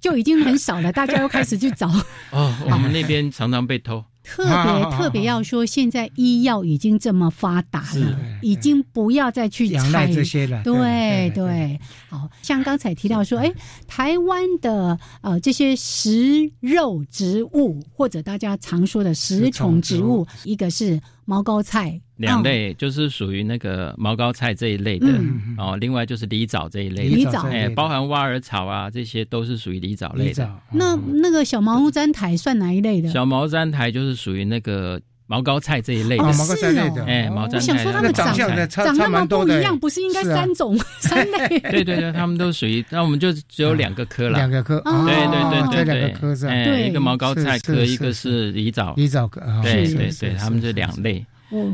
A: 就已经很少了，大家又开始去 [LAUGHS] 找。
C: 哦，我们那边常常被偷。
A: 特
B: 好好
A: 别
B: 好
A: 特别要说，现在医药已经这么发达了，已经不要再去
B: 仰赖
A: 采
B: 这些了。
A: 对
B: 对，
A: 对，好像刚才提到说，哎，台湾的呃这些食肉植物，或者大家常说的食虫植物，一个是毛高菜啊
C: 两类，就是属于那个毛高菜这一类的
A: 嗯
C: 哦，另外就是狸藻这一类的，
A: 狸藻这一类
C: 哎，
A: 的
C: 包含挖耳草啊，这些都是属于狸藻类的。
B: 哦
A: 那那个小毛毡苔算哪一类的？
C: 小毛毡苔就是属于那个毛高菜这一类的，
A: 哦毛高菜类的
C: 哎，毛毡苔。
A: 我想说它们
C: 毛
A: 长
C: 高菜
A: 长那么
B: 哎
A: 不一样，不是应该
B: 啊
A: 三
B: [LAUGHS]
A: 种三类？
C: 对对对，他们都属于，那我们就只有两个科了，
B: 两个科哦
C: 对对
B: 这
C: 对对
B: 两
C: 对，
B: 个科是吧
C: 哎
B: 对
C: 一个毛高菜科，
B: 是是
C: 一个是梨藻，
B: 梨藻科哦
C: 对
B: 是
C: 对
B: 是
C: 对，
B: 是
C: 他们这两类，
A: 我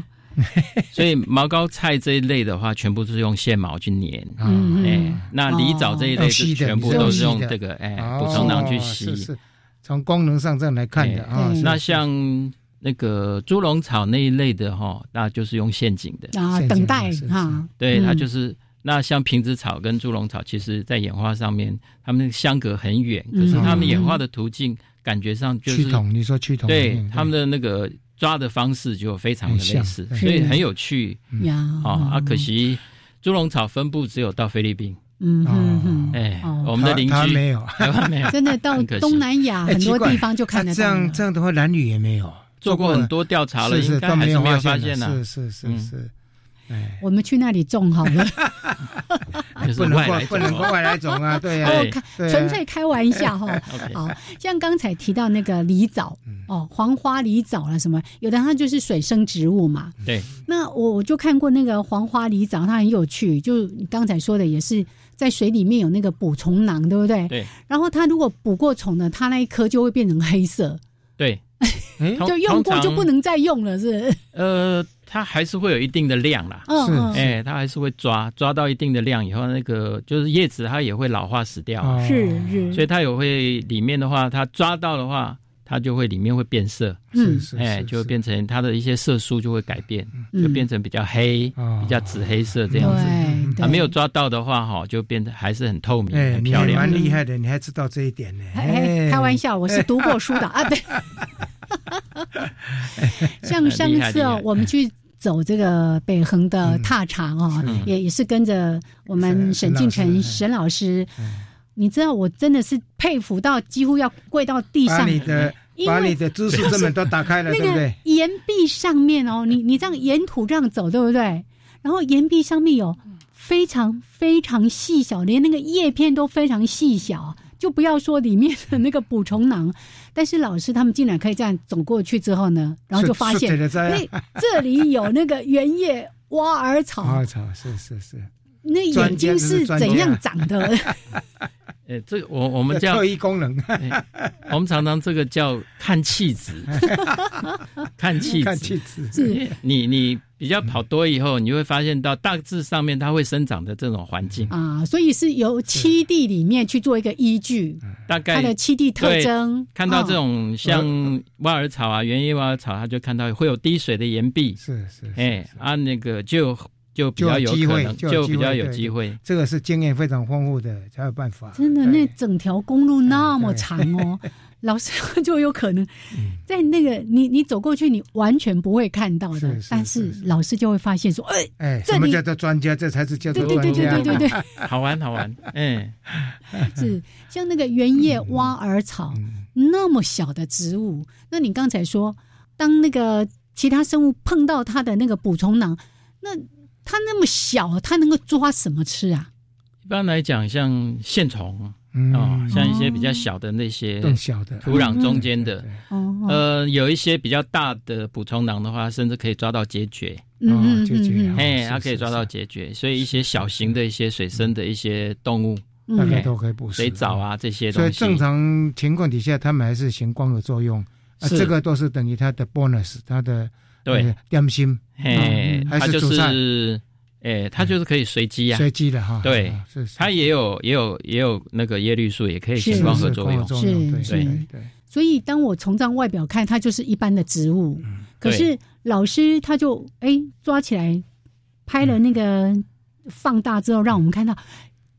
C: 所以毛高菜这一类的话，全部是用线毛去粘，
B: 嗯
C: 哎，那梨藻这一类
B: 哦
C: 是
B: 吸的
C: 全部
B: 比较
C: 都是
B: 吸
C: 用
B: 的
C: 这个哎
B: 哦
C: 捕虫囊去吸，
B: 是是从功能上这样来看的啊
C: 哎。
B: 是
C: 那像那个猪笼草那一类的哈，那就是用陷阱的
A: 啊，等待哈，
C: 对，它
A: 嗯
C: 就是那像瓶子草跟猪笼草，其实在演化上面，它们相隔很远，
B: 嗯
C: 可是它们演化的途径感觉上就是
B: 趋同你说趋同
C: 对
B: 嗯对
C: 它们的那个抓的方式就非常的类似
B: 很，像
C: 所以
B: 是
C: 很有趣
A: 嗯呀
C: 啊啊！可惜猪笼草分布只有到菲律宾，
A: 嗯嗯嗯，
C: 哎
A: 哦，
C: 我们的邻
B: 台湾
C: 居
B: 没有
C: 台
B: [LAUGHS]
C: 湾没有， [LAUGHS]
A: 真的到
C: 很可惜
A: 东南亚
B: 哦哎
A: 很多
B: 奇怪
A: 地方就看
B: 那
A: 得
B: 这
A: 到
B: 样
A: 了。
B: 这样的话，蓝屿也没有
C: 做过很多调查了，
B: 是是
C: 应该
B: 都
C: 还
B: 没
C: 是
B: 有
C: 没有
B: 发
C: 发
B: 现
C: 现啊嗯
B: 的
C: 呢、
B: 是是是是，哎
A: 我们去那里种好了，
C: 就是
B: 不能
C: 外
B: 怪
C: 来
B: 不能
C: 种
B: 怪外来种啊， [LAUGHS] 对
C: [LAUGHS]
B: 呀
C: 哦，。
B: 对啊
A: 纯粹开玩笑
B: [LAUGHS]
A: 哈
C: OK
A: 好像刚才提到那个梨藻
B: 嗯
A: 哦，黄花梨藻啦什么，有的它就是水生植物嘛。
C: 对，
A: 那我我就看过那个黄花梨藻，它很有趣，就你刚才说的也是在水里面有那个捕虫囊，对不对？
C: 对
A: 然后它如果捕过虫呢，它那一颗就会变成黑色，
B: [LAUGHS]
C: 对，通
A: 就用
C: 通
A: 过
C: 常
A: 就不能再用了，是不是？
C: 呃，它还是会有一定的量啦。
A: 嗯是嗯
C: 哎，它还是会抓，抓到一定的量以后，那个就是叶子它也会老化死
B: 哦
C: 掉，
A: 是是
C: 所以它也会里面的话，它抓到的话，它就会里面会变色，
A: 嗯
B: 是
C: 哎，就会变成它的一些色素就会改变，
A: 嗯
C: 就变成比较黑、
B: 嗯
C: 比较紫黑色这样
A: 哦对
C: 子。
A: 对
C: 啊，没有抓到的话，哈，就变得还是很透明、
B: 哎，
C: 很
B: 你
C: 漂
B: 还
C: 亮
B: 蛮
C: 的。
B: 厉害的，你还知道这一点呢。
A: 哎，开玩笑，我是读过书的啊。
C: [LAUGHS]
A: 对，像上
B: 厉害
A: 次
B: 厉
A: 哦
B: 害，
A: 我们去走这个北横的踏查哦，
B: 嗯
A: 也也是跟着我们沈进成沈老嗯师。你知道，我真的是佩服到几乎要跪到地
B: 把
A: 上。
B: 你的
A: 因为
B: 把你的知识这本都打开了，
A: 那
B: 对不
A: 个
B: 对？
A: 岩壁上面哦，你你这样沿途这样走，对不对？然后岩壁上面有非常非常细小，连那个叶片都非常细小，就不要说里面的那个捕虫囊。但是老师他们竟然可以这样走过去之后呢，然后就发现哎
B: 顺顺着摘啊
A: 那这里有那个原叶挖耳草，
B: 我操，啊是是是，
A: 那眼睛是怎样长的？
C: 哎，这个我我们
B: 有
C: 叫
B: 特异功能，
C: [LAUGHS] 我们常常这个叫看气
B: [LAUGHS]
C: 质，看气质，
B: 看气
A: [LAUGHS]
B: 质
A: 是
C: 你你比较跑多以后，你会发现到大致上面它会生长的这种环境，
A: 啊，所以是由七地里面去做一个依据，
C: 大概
A: 它的栖地特
C: 对
A: 征
C: 看到
A: 嗯
C: 这
B: 哦
C: 种
B: 呃
C: 像挖耳草啊、原叶挖耳草，它就看到会有滴水的岩壁，
B: 是是，
C: 哎啊，那个就就比
B: 就
C: 较
B: 有
C: 有
B: 机
C: 可
B: 会
C: 能，，
B: 有
C: 比较有
B: 对
C: 机会。
B: 这个是经验非常丰富的，才有办法。哎
A: 真的，那整条公路那么长 [LAUGHS] 哦，老师就有可能在那个你你走过去，你完全不会看到的，但是老师就会发现说，哎、
B: 哎，
A: 这
B: 什么
A: 里
B: 叫做专家？这才是叫做
A: 对对对对
B: 专家
A: 对对 [LAUGHS] 对
C: 好玩
B: [LAUGHS]
C: 好玩，哎，
A: 是像那个原叶挖耳草、
B: 嗯
A: 那么小的植物，那你刚才说，当那个其他生物碰到它的那个捕虫囊，那它那么小，它能够抓什么吃啊？
C: 一般来讲，像线虫。
B: 嗯哦
C: 哦，像一些比较小的那些
B: 更小的嗯
C: 土壤中间的，
A: 哦，
C: 呃，有一些比较大的捕虫囊的话，甚至可以抓到孑孓。
A: 嗯嗯嗯
B: 哦
A: 嗯，
C: 哎，它可以抓到孑孓，所以一些小型的一些水生的一些动物，
A: 嗯大概
C: 哎
B: 都可以捕食
C: 水藻啊这些
B: 所以
C: 东西。
B: 正常情况底下，他们还是行光合作用，啊，
C: 是
B: 这个都是等于它的 bonus，它的
C: 对
B: 呃点心，
C: 哎
B: 嗯，还
C: 它
B: 是
C: 就
B: 主菜，
C: 是哎，它就是可以随机呀，
B: 随机的哈
C: 对
B: 啊是，
C: 它也有也有也有那个叶绿素，也可以
A: 是
C: 行光合
A: 是
C: 作用，
A: 光合作用是
C: 对
A: 是所以当我从这样外表看，它就是一般的植物。可是老师他就哎抓起来拍了那个嗯放大之后，让我们看到，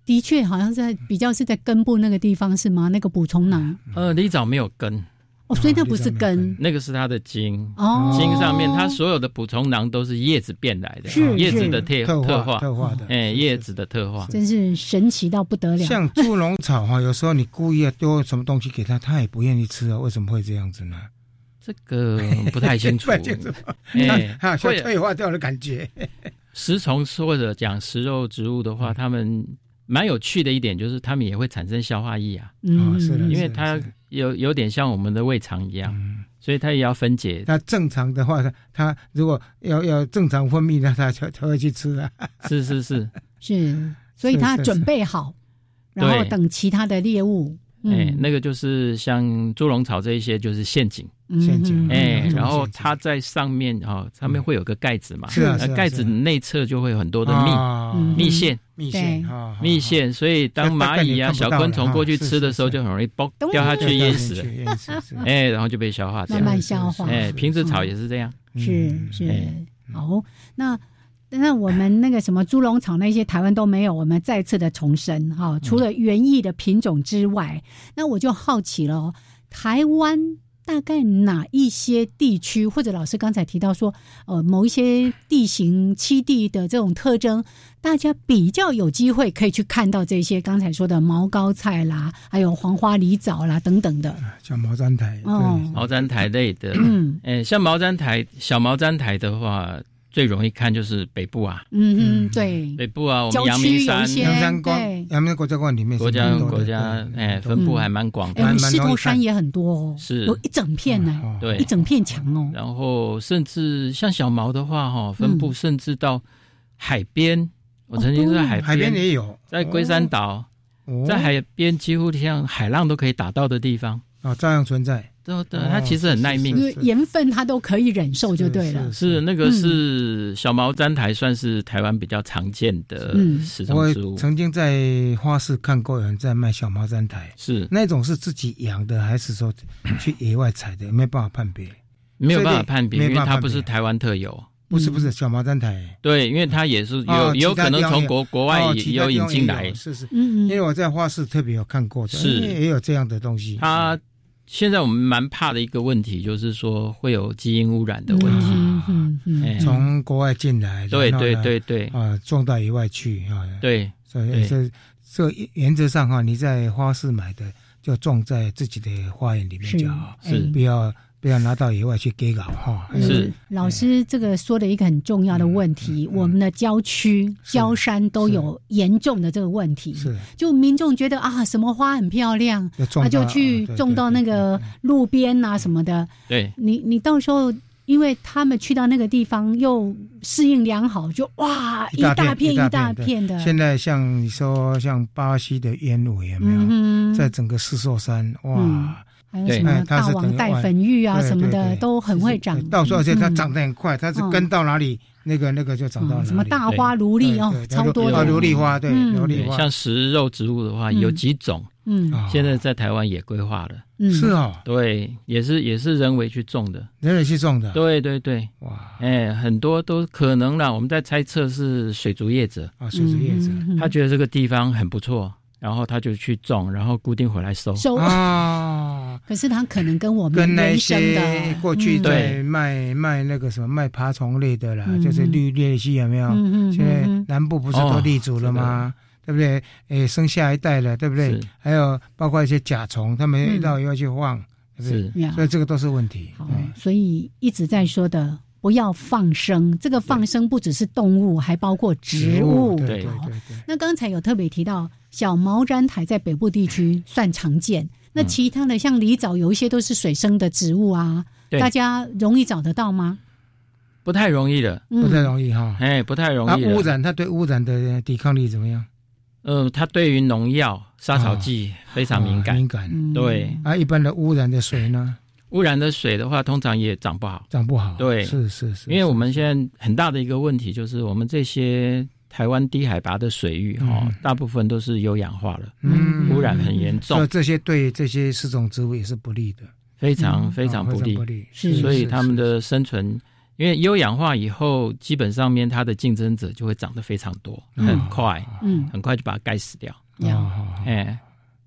A: 的确好像是在比较是在根部那个地方是吗？那个捕虫囊
C: 呃，梨藻没有根，
A: 哦，所以那不是根
C: 那个是它的茎
A: 哦
C: 茎上面它所有的捕虫囊都是叶子变来的，
A: 是
C: 哦叶子的
A: 是
C: 特
B: 特化
C: 化
B: 特化的
C: 哎，叶子的特化，
A: 真是神奇到不得了。
B: 像猪笼草哈，有时候你故意要丢什么东西给它，它也不愿意吃啊，为什么会这样子呢？
C: 这个不太清
B: [LAUGHS]
C: 楚
B: 不太清楚，
C: 哎
B: [LAUGHS] 它好像
C: 会
B: 退化掉的感觉。
C: 食虫或者讲食肉植物的
B: 嗯
C: 话，它们蛮有趣的一点就是，它们也会产生消化液啊。
B: 嗯哦是的是
C: 因
B: 嗯
C: 为
B: 的
C: 它有有点像我们的胃肠一样，所以它也要
B: [LAUGHS]
C: 分解。
B: 它正常的话，它它如果要要正常分泌的，它就它会去吃啊。
C: 是是是，
A: 是，所以
B: 是
A: 他
B: 是
A: 准
B: 是
A: 备好，然后
C: 对
A: 等其他的猎物。
C: 哎
A: 嗯，，
C: 那个就是像猪笼草这一些就是陷阱。
A: 陷阱
C: 哎
A: 嗯，
C: 然后它在上面啊，上面会有个盖子嘛，
B: 是啊
C: 那
B: 是啊是啊
C: 盖子内侧就会有很多的
B: 啊
A: 嗯
C: 蜜蜜腺，
B: 蜜腺啊，
C: 蜜腺，所以当蚂蚁啊、
B: 这
C: 小
B: 大概也看不到了
C: 昆虫过去
B: 哈
C: 吃的时候，就很容易爆掉下去淹死了
B: 对掉下去淹死是，
C: 哎，然后就被消化掉了，
A: 慢慢消化
C: 哎，瓶子草也是
B: 嗯
C: 这样，
A: 是是，好，那那我们那个什么猪笼草那些台湾都没有，我们再次的重申哈、除了园艺的品种之外，那我就好奇了哦，台湾。大概哪一些地区，或者老师刚才提到说，呃，某一些地形栖地的这种特征，大家比较有机会可以去看到这些刚才说的毛膏菜啦，还有黄花梨枣啦等等的。
B: 像毛毡苔，
A: 哦，
C: 毛毡苔类的
A: 嗯，
C: 哎，像毛毡苔、小毛毡苔的话，最容易看就是北部啊，
A: 嗯嗯，对，
C: 北部啊，我
A: 郊
C: 们阳
A: 区
C: 明
A: 有
C: 山
A: 一、些
B: 阳山
A: 对
B: 关，阳明国家公园里面是
C: 国家
B: 蛮多的
C: 国家，
B: 嗯
C: 哎，分布还蛮广
A: 哎，
C: 的
A: 我，们狮头山也很多哦，
C: 是
A: 有一整片
B: 啊
A: 呢、
B: 哦
C: 对啊
A: 一整片墙哦，
C: 然后甚至像小毛的话、
A: 嗯
C: 哈，分布甚至到海边。我曾
A: 哦
C: 经在海边，
B: 海边也有
C: 在龟山岛，
B: 哦
C: 在海边几乎像海浪都可以打到的地方。
B: 啊，照样存在。
C: 对对，
B: 哦
C: 它其实很耐
A: 因
C: 命。
A: 为盐分它都可以忍受哦就对了。嗯
C: 是那个是小毛毡苔，算是台湾比较常见的
B: 嗯
C: 食
B: 我
C: 虫植物。
B: 曾经在花市看过有人在卖小毛毡苔，
C: 是
B: 那种是自己养的，还是说 [COUGHS] 去野外采的？没办法判别，
C: 没有
B: 所
C: 办法
B: 以
C: 判别，
B: 没
C: 因为
B: 办法
C: 它
B: 判
C: 不
B: 别
C: 是台湾特有。
B: 不是不
A: 嗯
B: 是小毛毡苔，
C: 对，因为它也是有、
B: 哦
C: 有
B: 其他
C: 可
B: 地
C: 能
B: 方
C: 从
B: 也
C: 国国外
B: 哦
C: 也
B: 其他地
C: 引
B: 方
C: 进
B: 也
C: 来
B: 有。是是，
A: 嗯
B: 因为我在花市特别有看过的，
C: 是
B: 也有这样的东西。
C: 它现在我们蛮怕的一个问题，就是说会有基因污染的问题。
A: 嗯
C: 哎
B: 从国外进来，
C: 对
B: 然后呢
C: 对对对
B: 啊，种到野外去啊，
C: 对
B: 所以
C: 对
B: 这这原则上哈，你在花市买的就种在自己的花园里面就好，
C: 是是
B: 不要不要拿到野外去给搞哈。
A: 哎嗯老师这个说的一个很重要的问题，我们的郊区、郊山都有严重的这个问题。
B: 是
A: 就民众觉得啊，什么花很漂亮
B: 就，种
A: 啊，就
B: 到
A: 去
B: 啊对
A: 种
B: 对
A: 到那个路边啊什么的。
C: 对，
A: 你你到时候，因为他们去到那个地方又适应良好，就哇一大片
B: 一
A: 一
B: 大
A: 大
B: 对
A: 片的。
B: 现在像你说像巴西的烟尾有没有？
A: 嗯哼
B: 在整个四座山哇。
A: 嗯还有什
B: 哎
A: 么
B: 它
A: 大
B: 是等
A: 王
B: 于
A: 带
B: 万
A: 粉玉啊
B: 对
A: 什么
B: 对
A: 的
B: 对
A: 都很会长
B: 对，到时候而且它
A: 嗯
B: 长得很快，它是
A: 嗯
B: 跟到哪里，那个那个就长到哪
A: 啊
B: 里。
A: 什么大花芦
B: 对
A: 苇哦
B: 对，对
A: 超多
B: 啊，
A: 的
B: 琉璃花对，
A: 嗯
B: 琉璃
C: 对，
B: 花
C: 像食肉植物的话，
A: 嗯
C: 有几种，
A: 嗯
B: 哦
C: 现在在台湾也规划了。
A: 嗯
B: 啊是哦，
C: 对，也是也是人为去种的。
B: 人类去种的，
C: 对对对，
B: 哇，
C: 哎，很多都可能啦。我们在猜测是水竹业者，
B: 啊，水竹叶子
A: 嗯嗯嗯
C: 他觉得这个地方很不错，然后他就去种，然后固定回来收。
A: 收。
B: 啊，
A: 可是它可能跟我们
B: 跟那
A: 原生
B: 些
A: 的
B: 过去
A: 嗯
B: 在卖卖那个什么卖爬虫类的啦，
A: 嗯
B: 就是绿鬣蜥有没有？
A: 嗯嗯
B: 啊现在
A: 嗯嗯
B: 南部不是都立足了吗？对不对？诶，生下一代了，对不对
C: 哦是？
B: 还有包括一些甲虫，他们
A: 嗯
B: 一到要去放，对不
C: 是
B: 对？
A: 呀
B: 所以这个都是问题。
A: 好，所以一直在说的。不要放生，这个放生不只是动物，还包括植物。哦
B: 对对
A: 好
B: 对对，
A: 那刚才有特别提到小毛毡苔在北部地区算常见，
C: 嗯
A: 那其他的像梨藻有一些都是水生的植物啊，
C: 对
A: 大家容易找得到吗？
C: 不太容易了，
A: 嗯
B: 不太容易哈。
C: 哎，不太容
B: 啊，
C: 易了。
B: 污染它对污染的抵抗力怎么样？
C: 呃，他对于农药、杀草剂非常敏
B: 啊
C: 感。
B: 敏感。
A: 嗯
C: 对，
B: 啊，一般的污染的水呢，
C: 污染的水的话，通常也长不好。
B: 长不好。
C: 对
B: 是是是，
C: 因为我们现在很大的一个问题就是，我们这些台湾低海拔的水域哈、哦
B: 嗯
C: 大部分都是有氧化了，
B: 嗯
C: 污染很严重
B: 所以，这些对这些四种植物也是不利的，
C: 非常、
A: 嗯
C: 非常
B: 啊
C: 不利。
A: 是
C: 所以他
B: 是
C: 们。
B: 是
C: 的生存，因为有氧化以后，基本上面它的竞争者就会长得非常多，
B: 嗯
C: 很快，
A: 嗯，
C: 很快就把它盖死掉。
B: 是
A: 呀
B: 哦好好
C: 哎，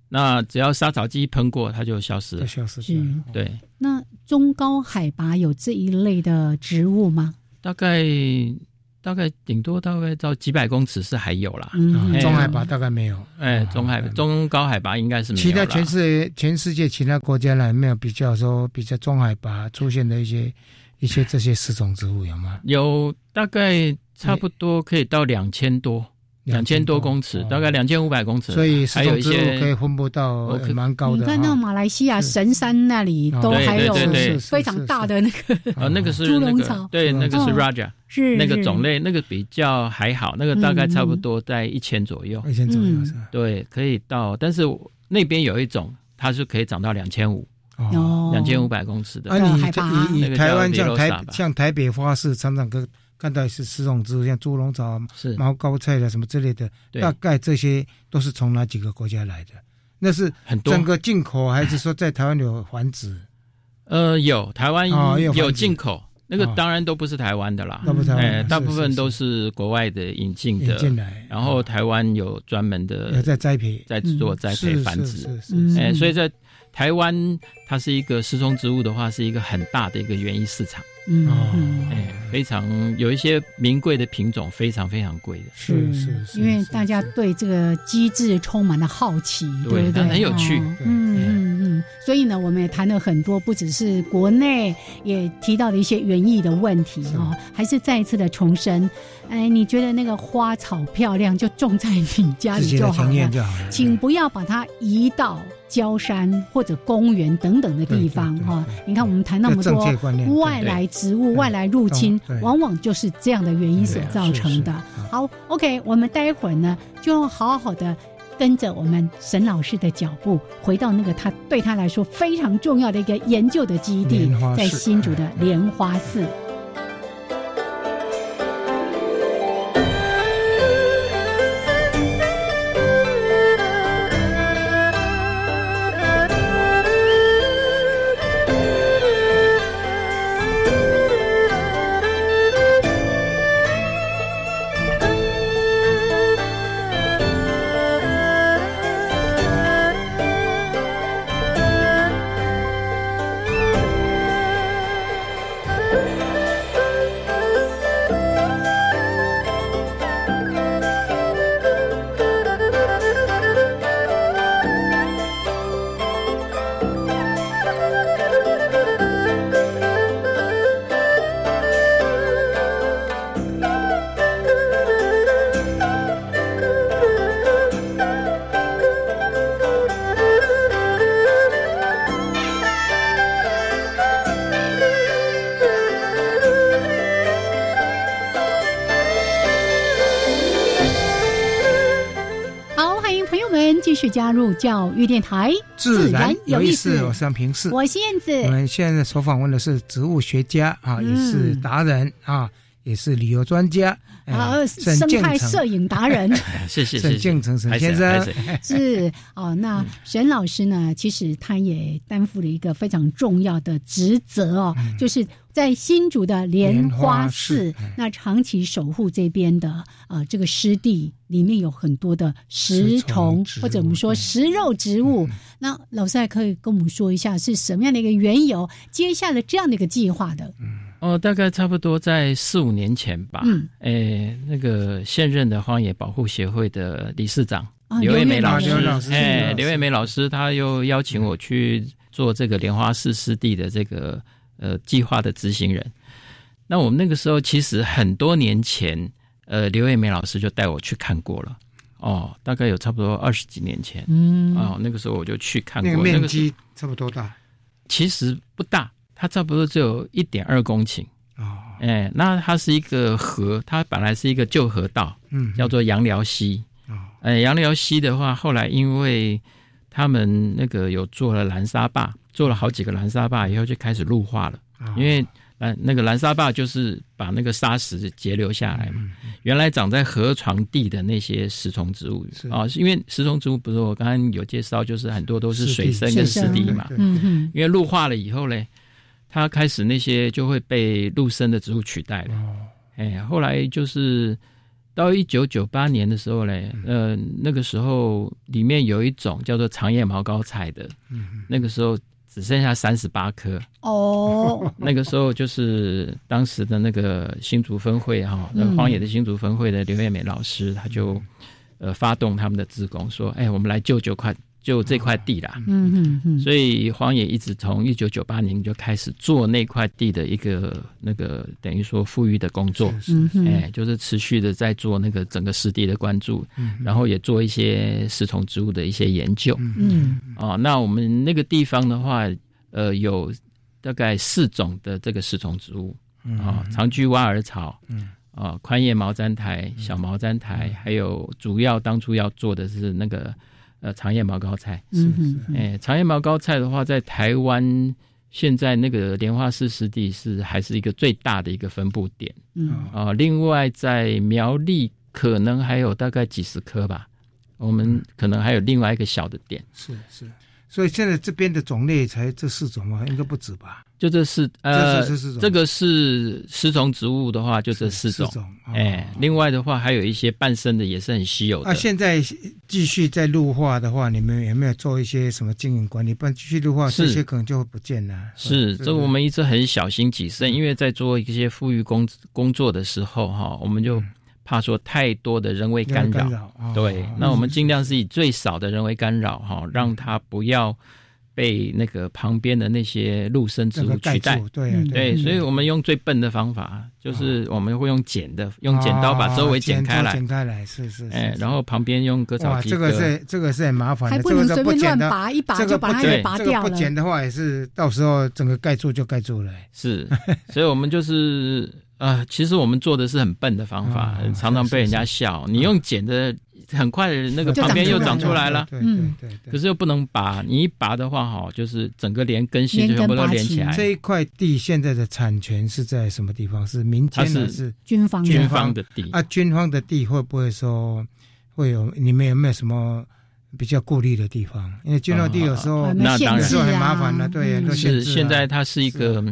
C: 那只要杀草剂一喷过，它就消失
B: 就
C: 了。
B: 消失掉啊
A: 是
B: 了。
C: 对，
A: 那中高海拔有这一类的植物吗？
C: 大概大概顶多大概到几百公尺是还有啦，
B: 嗯
C: 哎
B: 中海拔大概没有
C: 哎，中海中高海拔应该是没有
B: 其他
C: 啦
B: 全世界全世界其他国家呢，没有比较说比较中海拔出现的一些一些这些十种植物有吗？
C: 有大概差不多可以到两千多，两千多公尺，大概两千五百公尺，
B: 哦所以十
C: 还有
B: 种
C: 一
B: 植
C: 些
B: 物可以分布到
C: 我可
B: 呃蛮高
A: 你
B: 的
A: 看到
B: 哈。哦
A: 马来西亚神山那里都
C: 对
A: 还
C: 对
A: 有
C: 对对
A: 非常大的那个 [LAUGHS]
C: 啊，那个
A: 猪
C: 是那
A: 笼
C: 个
A: 草，
C: 对，那个是
B: 嗯
A: 哦
C: Raja，
A: 是
C: 那个
A: 是
C: 种类，那个比较还好，那个大概差不
B: 嗯
C: 多在一千左右，
B: 1000左右嗯是
C: 对，可以到，但是我那边有一种，它是可以长到两千五，
B: 哦
C: 两千五百公尺的，
B: 啊，你你
C: 那
B: 你
C: 个
B: 台
C: 叫
B: 湾像
C: Velosa
B: 台
C: 吧
B: 像台北花市，常常可看到是十种植物，像猪笼草啊、毛膏菜的什么之类的，
C: 对
B: 大概这些都是从哪几个国家来的？那是
C: 很多
B: 整个进口，还是说在台湾有繁殖？
C: 呃，有台湾
B: 哦也有
C: 有
B: 繁殖
C: 进口，那个
B: 哦
C: 当然都不是台湾的啦，
B: 都不是台湾的
C: 哎
B: 是
C: 大部分都是国外的引进的，
B: 引进来哦
C: 然后台湾有专门的
B: 有在栽培
C: 在做
B: 嗯
C: 栽培
B: 是
C: 繁
B: 是
C: 殖
B: 是是，是
C: 哎，
B: 嗯
C: 所以在台湾它是一个食虫植物的话，是一个很大的一个园艺市场，
A: 嗯
B: 嗯
C: 哎，非常有一些名贵的品种，非常非常贵的，
B: 是是
A: 嗯因为大家对这个机制充满了好奇，
C: 对
A: 不对？
C: 它很有趣
A: 哦嗯嗯嗯。所以呢，我们也谈了很多，不只是国内，也提到了一些园艺的问题哦，还是再一次的重申，哎，你觉得那个花草漂亮，就种在你家
B: 自
A: 里
B: 己的
A: 就好
B: 经验
A: 了，
B: 就好了。
A: 请不要把它移到郊山或者公园等等的地方哈、哦。你看，我们谈那么
B: 这正确
A: 多
B: 观念对嗯
A: 外来植物、外来入侵，往往就是这样的原因
B: 啊
A: 所造成的。好，OK，我们待会儿呢，就好好的。跟着我们沈老师的脚步，回到那个他对他来说非常重要的一个研究的基地
B: 莲花，寺嗯
A: 在新竹的莲花寺。好，欢迎朋友们继续加入教育电台，
B: 自然有意思，我是杨平视。
A: 我是燕子，
B: 我们现在所访问的是植物学家啊，也是达人啊，也是旅游专家，
A: 嗯
B: 哎
A: 啊，
B: 沈
A: 生
B: 建
A: 态
B: 成
A: 摄影达 [LAUGHS] 人
C: 谢谢，谢
B: 沈
C: 谢
B: 建嗯成沈
C: 拍手
B: 先生
C: 拍
B: [LAUGHS]
C: 手
A: 是哦。那沈老师呢，其实他也担负了一个非常重要的职责哦，就是在新竹的莲花寺，哎
B: 莲花寺
A: 那长期守护这边的呃这个湿地，里面有很多的石虫或者我们说食肉植物。那老师还可以跟我们说一下是什么样的一个缘由，接下了这样的一个计划的。
C: 哦，大概差不多在四五年前吧。
A: 嗯，
C: 诶，那个现任的荒野保护协会的理事长、
A: 啊
C: 刘
A: 刘
C: 美
A: 月梅
C: 老
A: 老师
C: 师，
A: 刘老
B: 啊
C: 哎，
A: 师
C: 刘月梅老师，他又邀请我去做这个莲花寺湿地的这个呃计划的执行人。那我们那个时候其实很多年前，呃，刘月梅老师就带我去看过了。哦，大概有差不多二十几年前，
B: 嗯
A: 啊
C: 哦，那个时候我就去看过
B: 那个
C: 那
B: 面
C: 个时
B: 积差不多大，
C: 其实不大，它差不多只有一点二公顷。
B: 哦，
C: 哎，那它是一个河，它本来是一个旧河道，
B: 嗯哦
C: 叫做杨寮溪。哎，杨寮溪的话，后来因为他们那个有做了蓝沙坝，做了好几个蓝沙坝以后，就开始陆化了。
B: 哦
C: 因为蓝那个蓝沙坝就是把那个沙石截留下来嘛，原来长在河床地的那些食虫植物啊，是因为食虫植物不是我刚刚有介绍，就是很多都是水生跟湿地嘛，
A: 嗯嗯，
C: 因为陆化了以后嘞，它开始那些就会被陆生的植物取代了。
B: 哦
C: 哎，后来就是到一九九八年的时候嘞，
A: 嗯
C: 呃，
A: 嗯
B: 嗯
C: 那个时候里面有一种叫做长叶毛膏菜的，那个时候只剩下三十八
A: [LAUGHS]
C: 颗。
A: 哦，
C: 那个时候就是当时的那个新竹分会哈、
A: 嗯
C: 那个荒野的新竹分会的刘艳美老师，他就
A: 嗯
C: 呃发动他们的职工说：“哎，我们来救救块救这块地啦。”
A: 嗯嗯嗯，
C: 所以荒野一直从一九九八年就开始做那块地的一个那个等于说富裕的工作，
A: 是是
C: 哎，就是持续的在做那个整个湿地的关注，
A: 嗯
C: 然后也做一些食虫植物的一些研究。
A: 嗯
C: 哦，那我们那个地方的话，呃，有大概四种的这个食虫植物
B: 嗯
C: 啊、长居挖耳草，
B: 嗯，
C: 啊、宽叶毛毡苔、
A: 嗯
C: 小毛毡苔，还有主要当初要做的是那个呃长叶毛膏菜，
A: 嗯哼嗯
C: 哎，长叶毛膏菜的话，在台湾现在那个莲花寺湿地是还是一个最大的一个分布点，
A: 嗯
B: 哦
C: 啊、另外在苗栗可能还有大概几十棵吧，我
B: 嗯
C: 们可能还有另外一个小的点。
B: 是是，所以现在这边的种类才这四种嘛，应该不止吧？
C: 就这四呃，
B: 这是这四种
C: 这个是食虫植物的话，就这四种。
B: 四种哦
C: 哎，另外的话还有一些半生的，也是很稀有的。
B: 啊，现在继续在绿化的话，你们有没有做一些什么经营管理？不然继续绿化，
C: 是
B: 这些可能就会不见了。
C: 是，
B: 不
C: 这我们一直很小心谨慎，
B: 嗯
C: 因为在做一些富裕工工作的时候，哈，我们就
B: 嗯
C: 怕说太多的人为干
B: 人
C: 扰
B: 为干扰哦。
C: 对，那我们尽量是以最少的人为干扰，
B: 嗯
C: 哈，让它不要被那个旁边的那些陆生植
B: 那
C: 物
B: 个盖
C: 取代
B: 住。对啊
C: 嗯
B: 对
C: 对，
B: 嗯
C: 所以我们用最笨的方法，就是我们会用剪的，用剪刀把周围剪开
B: 哦
C: 来
B: 剪。开来是是。是
C: 哎，然后旁边用割草
B: 哇，
C: 机
B: 这个
C: 割
B: 是这个是很麻烦的，
A: 还不
B: 这个
A: 能
B: 都
A: 随便
B: 剪
A: 乱
B: 的
A: 拔，一拔
B: 这
A: 就
B: 个
A: 把它
B: 不
A: 给
B: 剪
A: 拔
B: 这个
A: 掉
B: 不
A: 了。
B: 剪的话，也是到时候整个盖住就盖住了。
C: 是，所以我们就是呃，其实我们做的是很笨的方
B: 啊
C: 法，常常被人家笑。你用剪的，很快的那个
B: 就
C: 旁边又
B: 长
C: 长出来了，
B: 对对
A: 嗯
B: 对对。
C: 可是又不能拔，你一拔的话，哈，就是整个连根系全部都连起来。
B: 这一块地现在的产权是在什么地方？是民间
C: 它
B: 还
C: 是
B: 是
A: 军方
C: 军方的地
B: 啊？军嗯方的地会不会说会有？你们有没有什么比较顾虑的地方？因为军方地有时候、
C: 啊那当然
B: 有时候很麻烦的、
A: 嗯
B: 对，很多限
C: 是
B: 制啊
C: 现在它是一个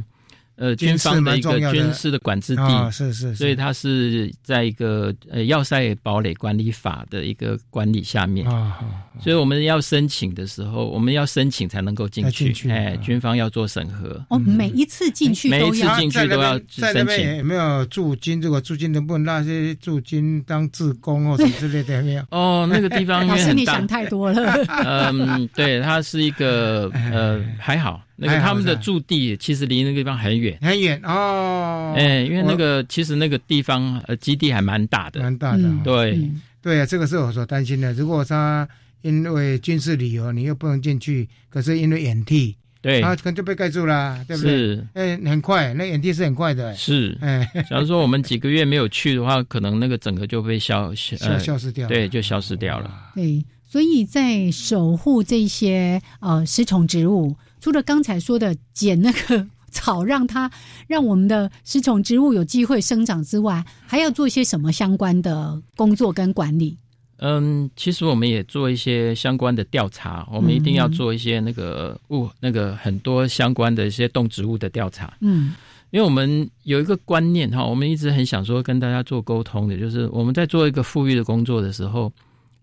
C: 呃
B: 军
C: 军
B: 事
C: 方的
B: 蛮
C: 一个
B: 重要的
C: 军事的管制地，
B: 啊是是是
C: 所以它是在一个呃要塞堡垒管理法的一个管理下面
B: 啊
C: 所以我们要申请的时候，我们要申请才能够进
B: 才
C: 去，
B: 进去啊
C: 哎，军方要做审核。
A: 哦，每一次进去
C: 每一
A: 都
C: 次
A: 要
C: 进去都要
B: 在那
C: 申
B: 边有
C: 请。
B: 没有驻军？如果驻军能不能那些驻军当志工或什么之类的？有没有？
C: 哦，那个地方
A: [LAUGHS]
C: 因
A: 老
C: 为
A: 师，
C: 很
A: 你
C: 大
A: 想，太多了。
C: 嗯，对，它是一
B: [LAUGHS]
C: 个呃还好，那个
B: 哎还好
C: 他们的
B: 是吧
C: 驻地其实离那个地方很远，
B: 很远哦。
C: 哎，因为
B: 我
C: 那个其实那个地方呃基地还蛮大的，
B: 蛮大的
A: 嗯
B: 哦
C: 对，
B: 对啊，这个是我所担心的。如果他因为军事理由你又不能进去，可是因为掩替，
C: 对
B: 他可能就被盖住啦，对不对？
C: 是
B: 哎，很快，那掩替是很快的。
C: 是，
B: 哎，
C: 假如说我们几个月没有去的话，可能那个整个就被消消
B: 消消失掉了
C: 对，就消失掉了。
A: 对，所以在守护这些呃食虫植物，除了刚才说的剪那个 [LAUGHS] 草，让它让我们的食虫植物有机会生长之外，还要做一些什么相关的工作跟管理？
C: 嗯，其实我们也做一些相关的调查，我们一定要
A: 嗯
C: 做一些那个呃物、那个很多相关的一些动植物的调查。
A: 嗯
C: 因为我们有一个观念哈，我们一直很想说跟大家做沟通的，就是我们在做一个富裕的工作的时候，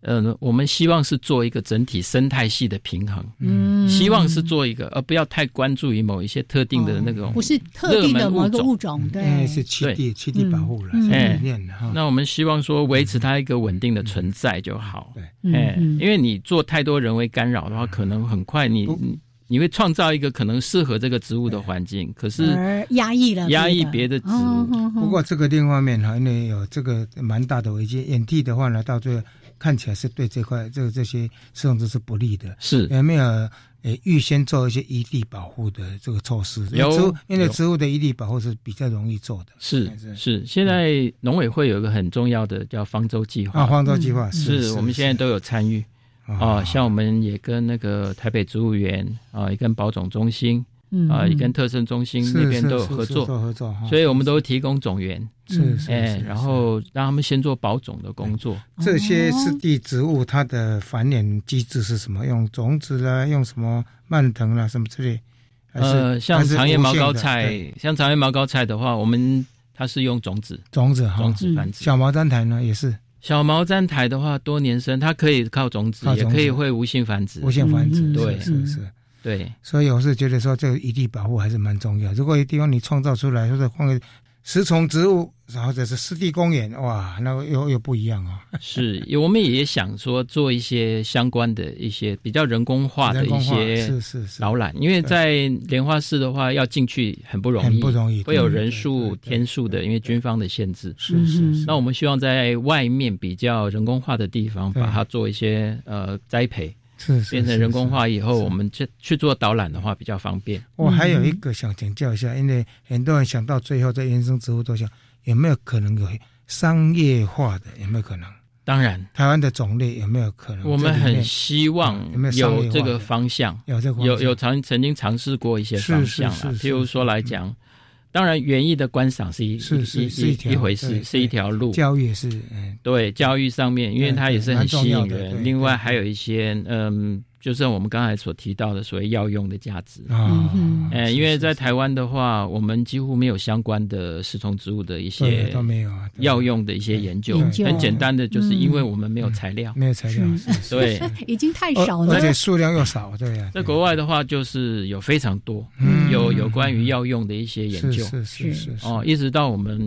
C: 嗯，我们希望是做一个整体生态系的平衡，
A: 嗯，
C: 希望是做一个，呃而不要太关注于某一些特定的那种、
A: 哦不是特定的
C: 热门
A: 某一个
C: 物
A: 物种，对，
B: 因为嗯哎是七地七地保护了，
A: 嗯
B: 是
C: 哎
B: 理念了哈。
C: 那我们希望说维持它一个稳定的存在就好。
A: 嗯
C: 哎
A: 嗯
C: 因为你做太多人为干扰的话，可能很快你你你会创造一个可能适合这个植物的环境，可是
A: 而压抑了哦
C: 压抑别的植物。
B: 不过这个另外面哈，因为有这个蛮大的危机，掩替的话呢，到最后看起来是对这块这这些甚至是不利的。
C: 是
B: 有没有呃预先做一些异地保护的这个措施？因为
C: 有
B: 植物因为
C: 有
B: 植物的异地保护是比较容易做的。
C: 是是，现在农委会有一个很重要的叫方舟计划
B: 啊方舟计划嗯是是
C: 我们现在都有参与啊，像我们也跟那个台北植物园啊，也跟保种中心
B: 嗯
C: 啊，
B: 嗯
C: 也跟特生中心
B: 是
C: 那边
B: 是
C: 都有
B: 是
C: 合
B: 是
C: 作
B: 都合作哈
C: 所以我们都提供种源，
B: 是是
C: 哎
B: 是，哦
C: 然后让他们先做保种的工作，
B: 这些湿地植物它的繁衍机制是什么？用种子啦，用什么蔓藤啦，什么之类？还是
C: 呃，像
B: 还是
C: 长叶
B: 无
C: 毛
B: 限
C: 膏
B: 的对
C: 菜，像长叶毛膏菜的话，我们它是用种子，
B: 种子哈，
C: 种子繁殖。
B: 小毛毡苔呢也是
C: 小毛毡苔的话，多年生，它可以靠种子
B: 靠，
C: 也
B: 种
C: 可以
B: 子
C: 会无性繁殖，
B: 无限繁殖，
C: 嗯对，
B: 是是是。
C: 对，
B: 所以我是觉得说，这个一地保护还是蛮重要。如果一地方你创造出来，或者放个食虫植物，然后者是湿地公园，哇，那个又又不一样啊。
C: 是，我们也想说做一些相关的一些比较人工化的一些
B: 是是是
C: 导览，因为在莲花寺的话，要进去很不容易，
B: 很不容易，
C: 会有人数天数的，因为军方的限制。
B: 是是是。
C: 那我们希望在外面比较人工化的地方，把它做一些呃栽培。
B: 是
C: 变成人工化以后，我们去去做导览的话比较方便。
B: 我还
C: 嗯
B: 有一个想请教一下，因为很多人想到最后，这原生植物都想有没有可能有商业化的，有没有可能？
C: 当然，
B: 台湾的种类有没有可能？
C: 我们很希望
B: 嗯有
C: 这个方向，
B: 有这个
C: 有有尝曾经尝试过一些方向了，譬如说来讲。当然，园艺的观赏是一
B: 嗯是是
C: 一一回事，是一条路。
B: 教育也是，
C: 对教育上面，因为它也是很吸引人。另外还有一些，嗯，就是我们刚才所提到的所谓药用的价值
B: 啊，
C: 哎，因为在台湾的话，我们几乎没有相关的食虫植物的一些
B: 都没有
C: 药用的一些研
B: 嗯
C: 究。很简单的，就是因为我们没有材料，
B: 没有材料，
C: 嗯对，
A: 已经太少了，
B: 而且数量又少，对呀。
C: 在国外的话，就是有非常多，有有关于药用的一些研
B: 嗯
C: 究。
B: 是是是
C: 哦，一直到我们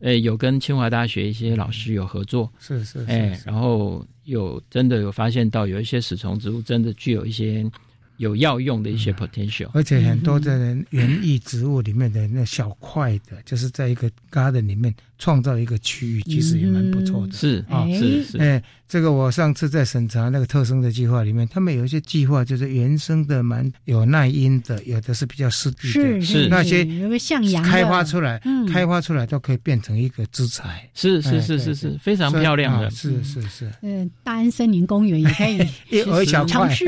C: 呃有跟清华大学一些老师有合作，
B: 是是
C: 哎，然后有真的有发现到有一些食虫植物真的具有一些有药用的一
B: 嗯
C: 些 potential，
B: 而且很多的园艺植物里面的那小块的，就是在一个 garden 里面创造一个区域，其实也蛮不错的。
C: 是啊，是是
B: 哎，这个我上次在审查那个特生的计划里面，他们有一些计划就是原生的蛮有耐阴的，有的是比较湿地的，
C: 是
B: 那些
A: 有个向阳嗯
B: 开发出来，开发出来都可以变成一个资材。
C: 是是是是是，非常漂亮的。
B: 啊是是是。
A: 嗯，大安森林公园也可
B: [LAUGHS]
A: 以
B: 一额小哎
A: 尝试。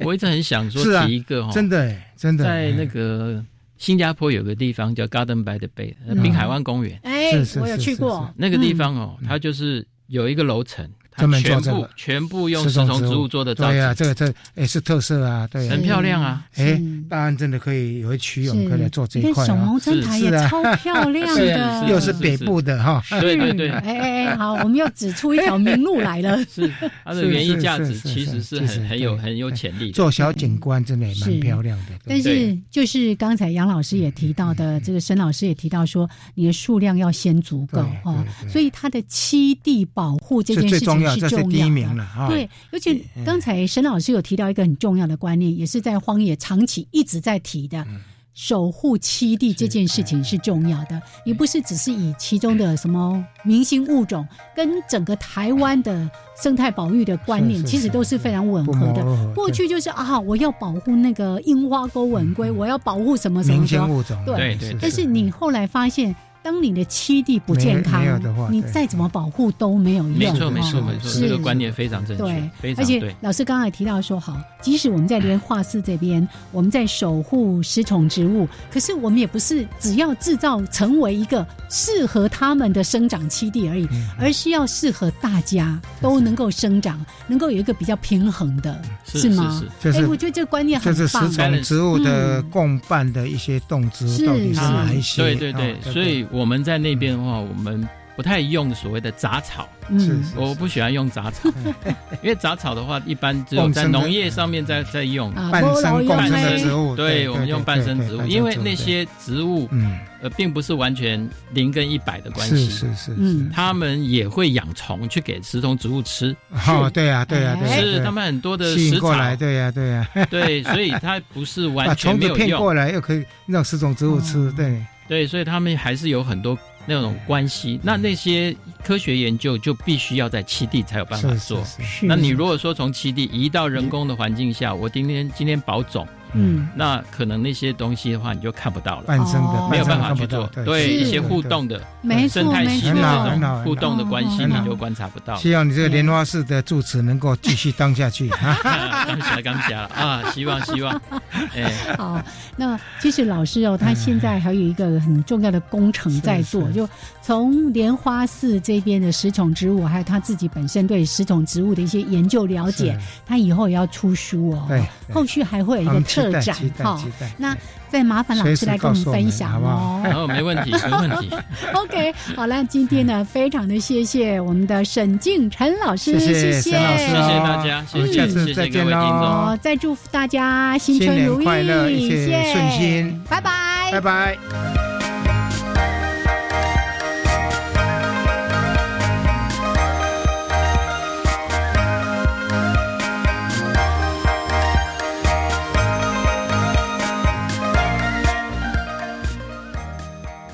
C: 我一直很想说提一个哈，
B: 啊真的哎真的，
C: 哦在那个新加坡有个地方叫 Garden by the Bay，滨呃海湾公园。
A: 哎，我有去过
C: 那个地方哦，它就是有一个楼层。
B: 专门
C: 全部全部用食虫植物做的造
B: 景，对啊，这个这也是特色啊，
A: 嗯
B: 对，
C: 很漂亮啊。
B: 哎，大安真的可以有一区我们可以来做这一块
A: 啊。红灯台也超漂亮的，
B: [LAUGHS]
C: 啊
B: 又是啊北部的哈。
C: 对对对，
A: 哎哎哎，好，我们又指出一条明路来了。
C: 是，它的园艺价值其实是很很有很有潜力。
B: 做小景观真的也蛮漂亮的，
A: 但是就是刚才杨老师也提到
B: 嗯
A: 的，这个沈老师也提到说，你的数量要先足够哦，所以它的栖地保护这件事情。
B: 这是第一名了嗯
A: 啊！对，尤其刚才沈老师有提到一个很重要的观念，也是在荒野长期一直在提的，
B: 嗯
A: 守护栖地这件事情是重要
B: 哎
A: 的。你不是只是以其中的什么明星物种跟整个台湾的生态保育的观念，其实都是非常吻合的。过去就是啊，我要保护那个樱花沟吻龟，我要保护什么什么
B: 嗯明星物种，
C: 对对。
A: 但是你后来发现。当你的栖地不健康，你再怎么保护都没有用。啊
C: 没错，没错，没错，这个观念非常正确，非
A: 对。而
C: 常
A: 且老师刚才提到说，好，即使我们在莲花寺这边，我们在守护食虫植物，可是我们也不是只要制造成为一个适合它们的生长栖地而
B: 嗯
A: 已，而是要适合大家都能够生长，能够有一个比较平衡的，
C: 是
A: 吗？
B: 就是
A: 哎我觉得这个观念
B: 很棒。就是食虫植物的共伴的一些动植物到底是
A: 啊
B: 哦哪一些？
C: 对对哦对，所以。我们在那边的话，我们不太用所谓的杂草，
B: 嗯，
C: 我不喜欢用杂草，
B: [LAUGHS]
C: 因为杂草的话，一般只有在农业上面在在用
A: 啊
B: 半生共生的植物，
C: 对我们用半生植物，因为那些植物，嗯，呃，并不是完全零跟一百的关系，
B: 是是
A: 嗯
B: 是，
C: 他们也会养虫去给食虫植物吃，
B: 哦，对呀对呀，
A: 哎
C: 是他们很多的食
B: 过来，对呀对啊呀，
C: 对，所以它不是
B: [LAUGHS]
C: 完全没有
B: 骗过来，又可以让食虫植物吃，
A: 哦
B: 对。
C: 对，所以他们还是有很多那种关系。那那些科学研究就必须要在七地才有办法做。
A: 嗯
C: 那你如果说从七地移到人工的环境下，我今天今天保种，嗯，那可能那些东西的话，你就看不到了，
B: 半生
A: 哦
B: 的
C: 没有办法去做。对一些互动的生态系的这种互动的关系，你就观察
B: [LAUGHS]
C: 不到。
B: 希望你这个莲花寺的住持能够继续当
A: [LAUGHS]
B: 下去。
C: 刚起来，刚起来了啊！希望，希望。哎，
A: 好。那其实老师哦，他
B: 嗯
A: 现在还有一个很重要的工程在做，就从莲花寺这边的食虫植物，还有他自己本身 [LAUGHS] 对食虫植物的一些研究了解，他以后也要出书哦。
B: 对，
A: 后续还会有一个策策展
B: 期待
A: 哈
B: 期待。
A: 那再麻烦老师来跟我们分享哦。
C: 随时告诉我们好不好哦没问题没问题。
A: OK，好了，今
B: [LAUGHS]
A: 天
B: 嗯
A: 呢，非常的谢谢我们的沈静陈老师，
B: 谢谢
A: 谢
B: 沈老师哦谢谢大
C: 家
B: 我们谢谢下次谢谢再见各位听众喽
A: 哦好再祝福大家新
B: 哦新
A: 春
B: 年
A: 如意，
B: 快乐一切
A: 谢谢
B: 顺心
A: 拜拜，
B: 拜拜。